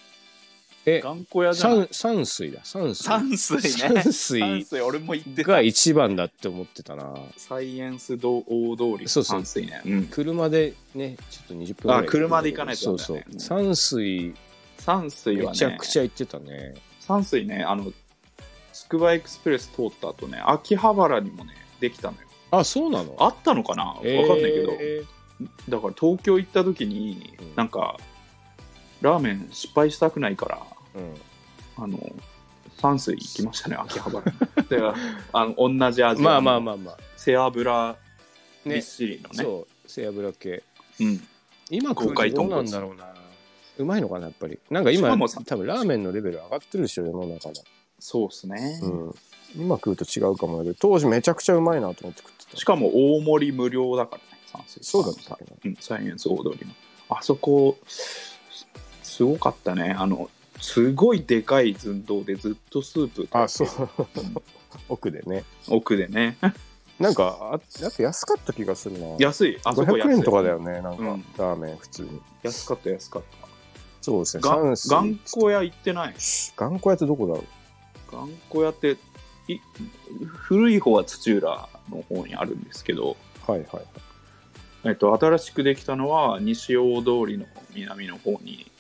Speaker 2: え
Speaker 1: 頑固屋じゃない
Speaker 2: 山山水だ山水
Speaker 1: 山水ね
Speaker 2: 山水
Speaker 1: 山水俺も行ってた
Speaker 2: が一番だって思ってたな
Speaker 1: サイエンス道大通り
Speaker 2: そうそう
Speaker 1: 山水ねうん
Speaker 2: 車でねちょっと20分ぐらい
Speaker 1: あ車で行かないと
Speaker 2: そう
Speaker 1: ダ
Speaker 2: そ
Speaker 1: メ
Speaker 2: う
Speaker 1: だね
Speaker 2: 山水
Speaker 1: 山水は
Speaker 2: め
Speaker 1: ね
Speaker 2: ちゃくちゃ行ってたね
Speaker 1: 山水ねあのつくばエクスプレス通った後ね秋葉原にもねできたのよ
Speaker 2: あそうなの
Speaker 1: あったのかなわかんないけど、
Speaker 2: えー
Speaker 1: だから東京行った時に、
Speaker 2: うん
Speaker 1: なんかラーメン失敗したくないから
Speaker 2: うん
Speaker 1: あの山水行きま したね秋葉原にであの同じ味
Speaker 2: まあまあ
Speaker 1: あ
Speaker 2: まあまあ
Speaker 1: 背脂びっ
Speaker 2: ね
Speaker 1: しりのね
Speaker 2: そう背脂系
Speaker 1: うん、
Speaker 2: 今食うとどうなんだろうなうまいのかなやっぱりなんか
Speaker 1: し
Speaker 2: 今
Speaker 1: かもさ
Speaker 2: 多分ラーメンのレベル上がってるでしょ世の中の、
Speaker 1: そうっすね、
Speaker 2: うん、今食うと違うかもだけど当時めちゃくちゃうまいなと思って食ってた
Speaker 1: しかも大盛り無料だからね山水
Speaker 2: そうだったっけな
Speaker 1: うん、サイエンス大通りのあそこすすごかったねあのすごいでかい寸胴でずっとスープ
Speaker 2: あそう奥でね
Speaker 1: 奥でね
Speaker 2: なんかあやっぱ安かった気がするな
Speaker 1: 安いあそこ安
Speaker 2: 500
Speaker 1: い
Speaker 2: 円とかだよねなんか、
Speaker 1: うん
Speaker 2: ラーメン普通に
Speaker 1: 安かった安かった
Speaker 2: そうですね
Speaker 1: が
Speaker 2: 三水
Speaker 1: 頑固屋行ってない
Speaker 2: 頑固屋ってどこだろう
Speaker 1: 頑固屋ってい古い方は土浦の方にあるんですけど、
Speaker 2: はいはいはい
Speaker 1: えっと、新しくできたのは西大通りの南の方に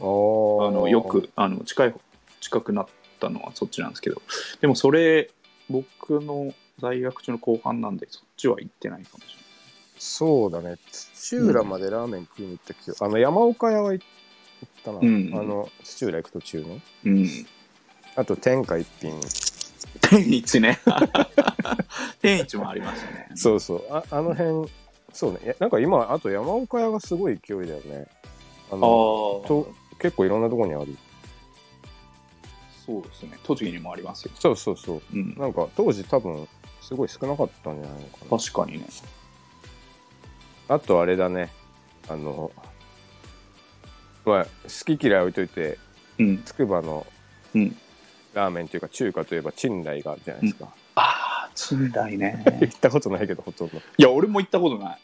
Speaker 2: あ
Speaker 1: あ
Speaker 2: ー
Speaker 1: のよくあの近い方近くなったのはそっちなんですけどでもそれ僕の在学中の後半なんでそっちは行ってないかもしれない
Speaker 2: そうだね土浦までラーメン食いに行った記憶、あの山岡屋は行ったな、
Speaker 1: うん
Speaker 2: あの土浦行く途中の
Speaker 1: うん、
Speaker 2: あと天下一品
Speaker 1: 天一ね天一もありましたね
Speaker 2: そうそうああの辺そうねいやなんか今あと山岡屋がすごい勢いだよね
Speaker 1: あ
Speaker 2: あ
Speaker 1: あ
Speaker 2: のと結構いろんなとこにある
Speaker 1: そうですね。栃木にもありますよ。
Speaker 2: そうそうそうう。
Speaker 1: ん。
Speaker 2: なんか当時多分すごい少なかったんじゃないのかな。
Speaker 1: 確かにね。
Speaker 2: あとあれだね。あの、まあ、好き嫌い置いといて、
Speaker 1: うん。
Speaker 2: つくばの
Speaker 1: うん。
Speaker 2: ラーメンというか中華といえば陳来があるじゃないですか。
Speaker 1: ああ、賃貸ね。
Speaker 2: 行ったことないけどほとんど。
Speaker 1: いや、俺も行ったことない。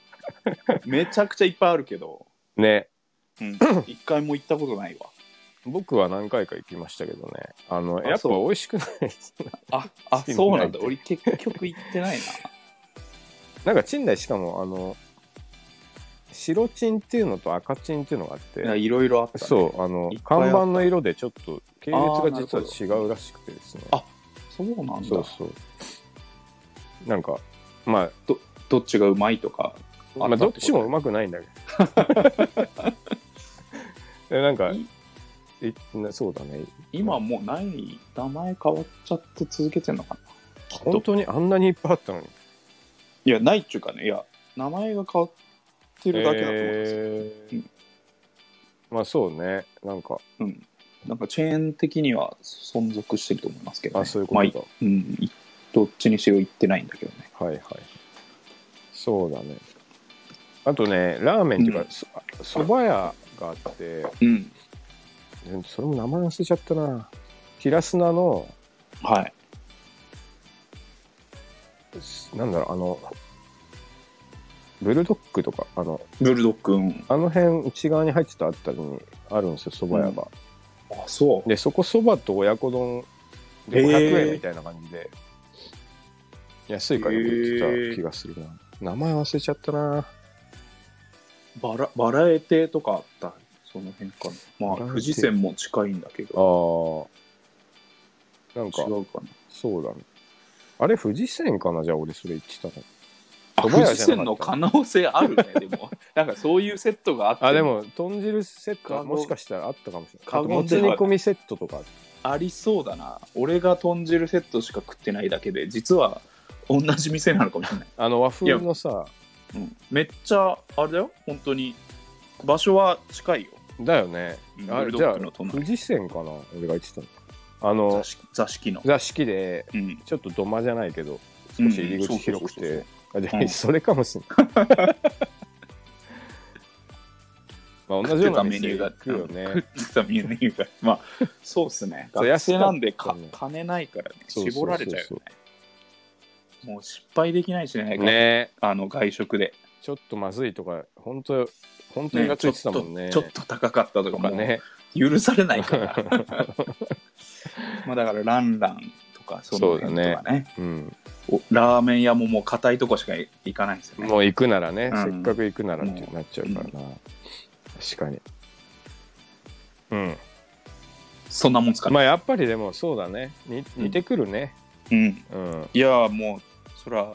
Speaker 1: めちゃくちゃいっぱいあるけど、
Speaker 2: ね。
Speaker 1: うん、一回も行ったことないわ。
Speaker 2: 僕は何回か行きましたけどね。あの、やっぱ
Speaker 1: そう
Speaker 2: 美味しくないですね。
Speaker 1: あ、あ、
Speaker 2: 賃貸
Speaker 1: そうなんだ。
Speaker 2: って
Speaker 1: 俺結局行ってない
Speaker 2: なんか賃貸しかもあの白賃っていうのと赤賃っていうのがあっ
Speaker 1: な。いや
Speaker 2: て
Speaker 1: いろいろあった、ね。
Speaker 2: そうあの
Speaker 1: いっぱいあっ
Speaker 2: 看
Speaker 1: た
Speaker 2: 板の色でちょっと系列
Speaker 1: あー
Speaker 2: が
Speaker 1: なるほ
Speaker 2: 実
Speaker 1: ど
Speaker 2: は違うらしくてですね
Speaker 1: あそうなんだ。
Speaker 2: そうそうなんかま
Speaker 1: どっちがうまいとか。
Speaker 2: あ、
Speaker 1: あ
Speaker 2: まあ
Speaker 1: った
Speaker 2: ど
Speaker 1: っ
Speaker 2: って
Speaker 1: こと
Speaker 2: ちもうまくないんだけどでなんか
Speaker 1: い
Speaker 2: いなそうだね
Speaker 1: 今もうない、名前変わっちゃって続けてんのかな。きっと
Speaker 2: 本当にあんなにいっぱいあったのに
Speaker 1: いや、ないっていうかね、いや、名前が変わってるだけだと思うんですよ。
Speaker 2: えー
Speaker 1: うん
Speaker 2: まあそうねなんか
Speaker 1: うん。なんかチェーン的には存続してると思いますけど、ね。
Speaker 2: あそういう
Speaker 1: ま
Speaker 2: こ
Speaker 1: あ
Speaker 2: とだ、
Speaker 1: うん、いどっちにしろ行ってないんだけどね。
Speaker 2: はいはい。そうだね。あとね、ラーメンっていう
Speaker 1: う
Speaker 2: か
Speaker 1: ん、
Speaker 2: そそば、屋があって、
Speaker 1: うん。
Speaker 2: うんそれも名前忘れちゃったな。平砂の、
Speaker 1: はい。
Speaker 2: すなんだろう、あの、ブルドッグとか、あの、
Speaker 1: ブルドッグン。
Speaker 2: あの辺内側に入ってたあたりにあるんですよ、そば屋が。
Speaker 1: あ、そう。
Speaker 2: で、そこそばと親子丼で
Speaker 1: へー
Speaker 2: 500円みたいな感じで、安いからよく売ってた気がするな。名前忘れちゃったな。
Speaker 1: バラバラエティとかあったその辺かなまあ
Speaker 2: バラエティ
Speaker 1: 富士山も近いんだけ
Speaker 2: あ
Speaker 1: ど
Speaker 2: ー。なんか
Speaker 1: 違、うかな
Speaker 2: そうだね。あれ、富士線かなじゃあ俺それ言ってたの。
Speaker 1: あ
Speaker 2: 蕎麦
Speaker 1: 富
Speaker 2: 屋
Speaker 1: 士
Speaker 2: じゃ
Speaker 1: 山
Speaker 2: なか
Speaker 1: の
Speaker 2: った
Speaker 1: 可能性あるねで もなんかそういうセットがあって
Speaker 2: あ、でも、豚汁セットは
Speaker 1: カゴ
Speaker 2: もしかしたらあったかもしれない。
Speaker 1: カ
Speaker 2: あ
Speaker 1: ゴ
Speaker 2: と
Speaker 1: で
Speaker 2: もつ煮込みセットとかあっ
Speaker 1: ありそうだな俺が豚汁セットしか食ってないだけで実は同じ店なのかもしれない、
Speaker 2: たあの、和風のさ、
Speaker 1: うん、めっちゃあれだよ本当に場所は近いよ
Speaker 2: だよね。
Speaker 1: うん
Speaker 2: あ
Speaker 1: ブルド
Speaker 2: じゃ
Speaker 1: ッ
Speaker 2: あ
Speaker 1: グの、隣
Speaker 2: 富士線かな俺が言ってたの。あの
Speaker 1: 座、敷座敷の、
Speaker 2: 座敷で、
Speaker 1: うん、
Speaker 2: ちょっと土間じゃないけど、少し入り
Speaker 1: う
Speaker 2: 口
Speaker 1: んそう
Speaker 2: 広
Speaker 1: そう
Speaker 2: く
Speaker 1: そうそう
Speaker 2: て。あじゃ
Speaker 1: う
Speaker 2: あ、
Speaker 1: ん
Speaker 2: それかもしれ ない。まあ、同じような店行くよね。
Speaker 1: 食ってたメニューがまあそうっすね
Speaker 2: そう
Speaker 1: 学生なんで
Speaker 2: 安かった
Speaker 1: か
Speaker 2: ね
Speaker 1: 金ないからね
Speaker 2: そうそうそうそ
Speaker 1: 絞ら
Speaker 2: う
Speaker 1: れちゃうよねもう失敗できないしね
Speaker 2: ね
Speaker 1: あの外食で、
Speaker 2: ちょっとまずいとか、本当本当に
Speaker 1: ね
Speaker 2: が
Speaker 1: ち
Speaker 2: つ
Speaker 1: ょっ
Speaker 2: い
Speaker 1: て
Speaker 2: たもんね。
Speaker 1: とちょっと高かったと
Speaker 2: と
Speaker 1: か
Speaker 2: か
Speaker 1: も
Speaker 2: ね。
Speaker 1: 許されないから まあだからランランとかその辺と
Speaker 2: そ
Speaker 1: かね
Speaker 2: うん。
Speaker 1: おラーメン屋ももう硬いとこしか行かないんですよね
Speaker 2: もう行くならね、
Speaker 1: うん
Speaker 2: せっかく行くならってなっちゃうからな。確かに。うん。
Speaker 1: そんなもんですかね、
Speaker 2: まあやっぱりでもそうだね。に似てくるね。
Speaker 1: うん
Speaker 2: うん。
Speaker 1: いやーもうそらや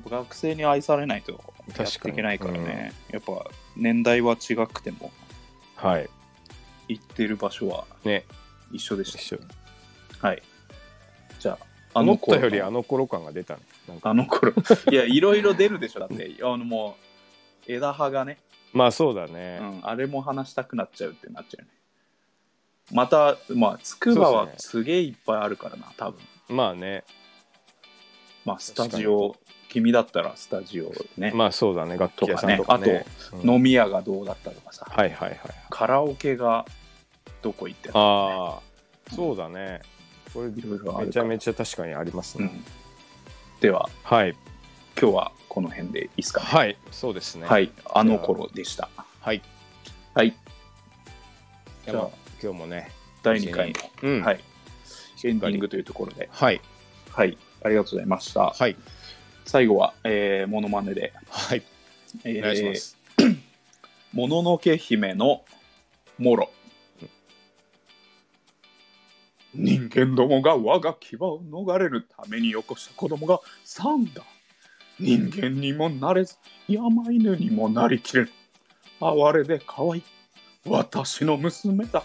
Speaker 1: っぱ学生に愛されないとやっ
Speaker 2: 確か
Speaker 1: てい
Speaker 2: に
Speaker 1: けないからね、やっぱ年代は違くても
Speaker 2: はい。
Speaker 1: 行ってる場所は
Speaker 2: ね。
Speaker 1: 一緒でし
Speaker 2: 一
Speaker 1: た、
Speaker 2: 緒。
Speaker 1: はいじゃああ
Speaker 2: 思った
Speaker 1: 頃
Speaker 2: よりあの頃感が出たね。なんか
Speaker 1: あの 頃いやいろいろ出るでしょだってあのもう枝葉がね、
Speaker 2: まあそうだ
Speaker 1: う
Speaker 2: ね。
Speaker 1: ん、あれも話したくなっちゃうってなっちゃうねまたまあつくば
Speaker 2: そう
Speaker 1: は
Speaker 2: です
Speaker 1: すげえいっぱいあるからな多分
Speaker 2: まあね。
Speaker 1: まあスタジオ君だったらスタジオね、
Speaker 2: まあそうだね。楽器屋さんとかね。うん
Speaker 1: 飲み屋がどうだったとかさ
Speaker 2: はいはいはい。
Speaker 1: カラオケがどこ行ってた
Speaker 2: ああ、そうだね。これ
Speaker 1: いろいろあ
Speaker 2: め
Speaker 1: る
Speaker 2: ち
Speaker 1: か
Speaker 2: ゃ
Speaker 1: ら
Speaker 2: めちゃ確かにあります
Speaker 1: う
Speaker 2: ね。
Speaker 1: ん、では
Speaker 2: はい。
Speaker 1: 今日はこの辺でいいですかね
Speaker 2: はい。そうですね。
Speaker 1: はい、あの頃でした
Speaker 2: はい。
Speaker 1: はい
Speaker 2: じ
Speaker 1: じ
Speaker 2: ゃ
Speaker 1: ゃ
Speaker 2: あ
Speaker 1: あ、
Speaker 2: 今日もね。
Speaker 1: 第2回も、
Speaker 2: うん。
Speaker 1: はいい、エンディングというところで、
Speaker 2: はい。
Speaker 1: はい、ありがとうございました。
Speaker 2: はい。
Speaker 1: 最後は、えー、モノマネで、
Speaker 2: はい。
Speaker 1: え
Speaker 2: お
Speaker 1: ー
Speaker 2: 願いします。
Speaker 1: もののけ姫のもろ。人間どもが我が牙を逃れるために起こした子供が3だ。人間にもなれず、山犬にもなりきれる。哀れで可愛い。私の娘だ。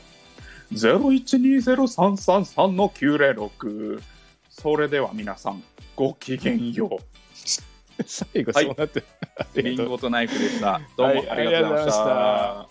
Speaker 1: 012033の906。それでは皆さん、ごきげんよ
Speaker 2: 最後そうなってる。
Speaker 1: う。リンゴとナイフでした。どうもありがとうございまし
Speaker 2: はいありがとうございました
Speaker 1: た。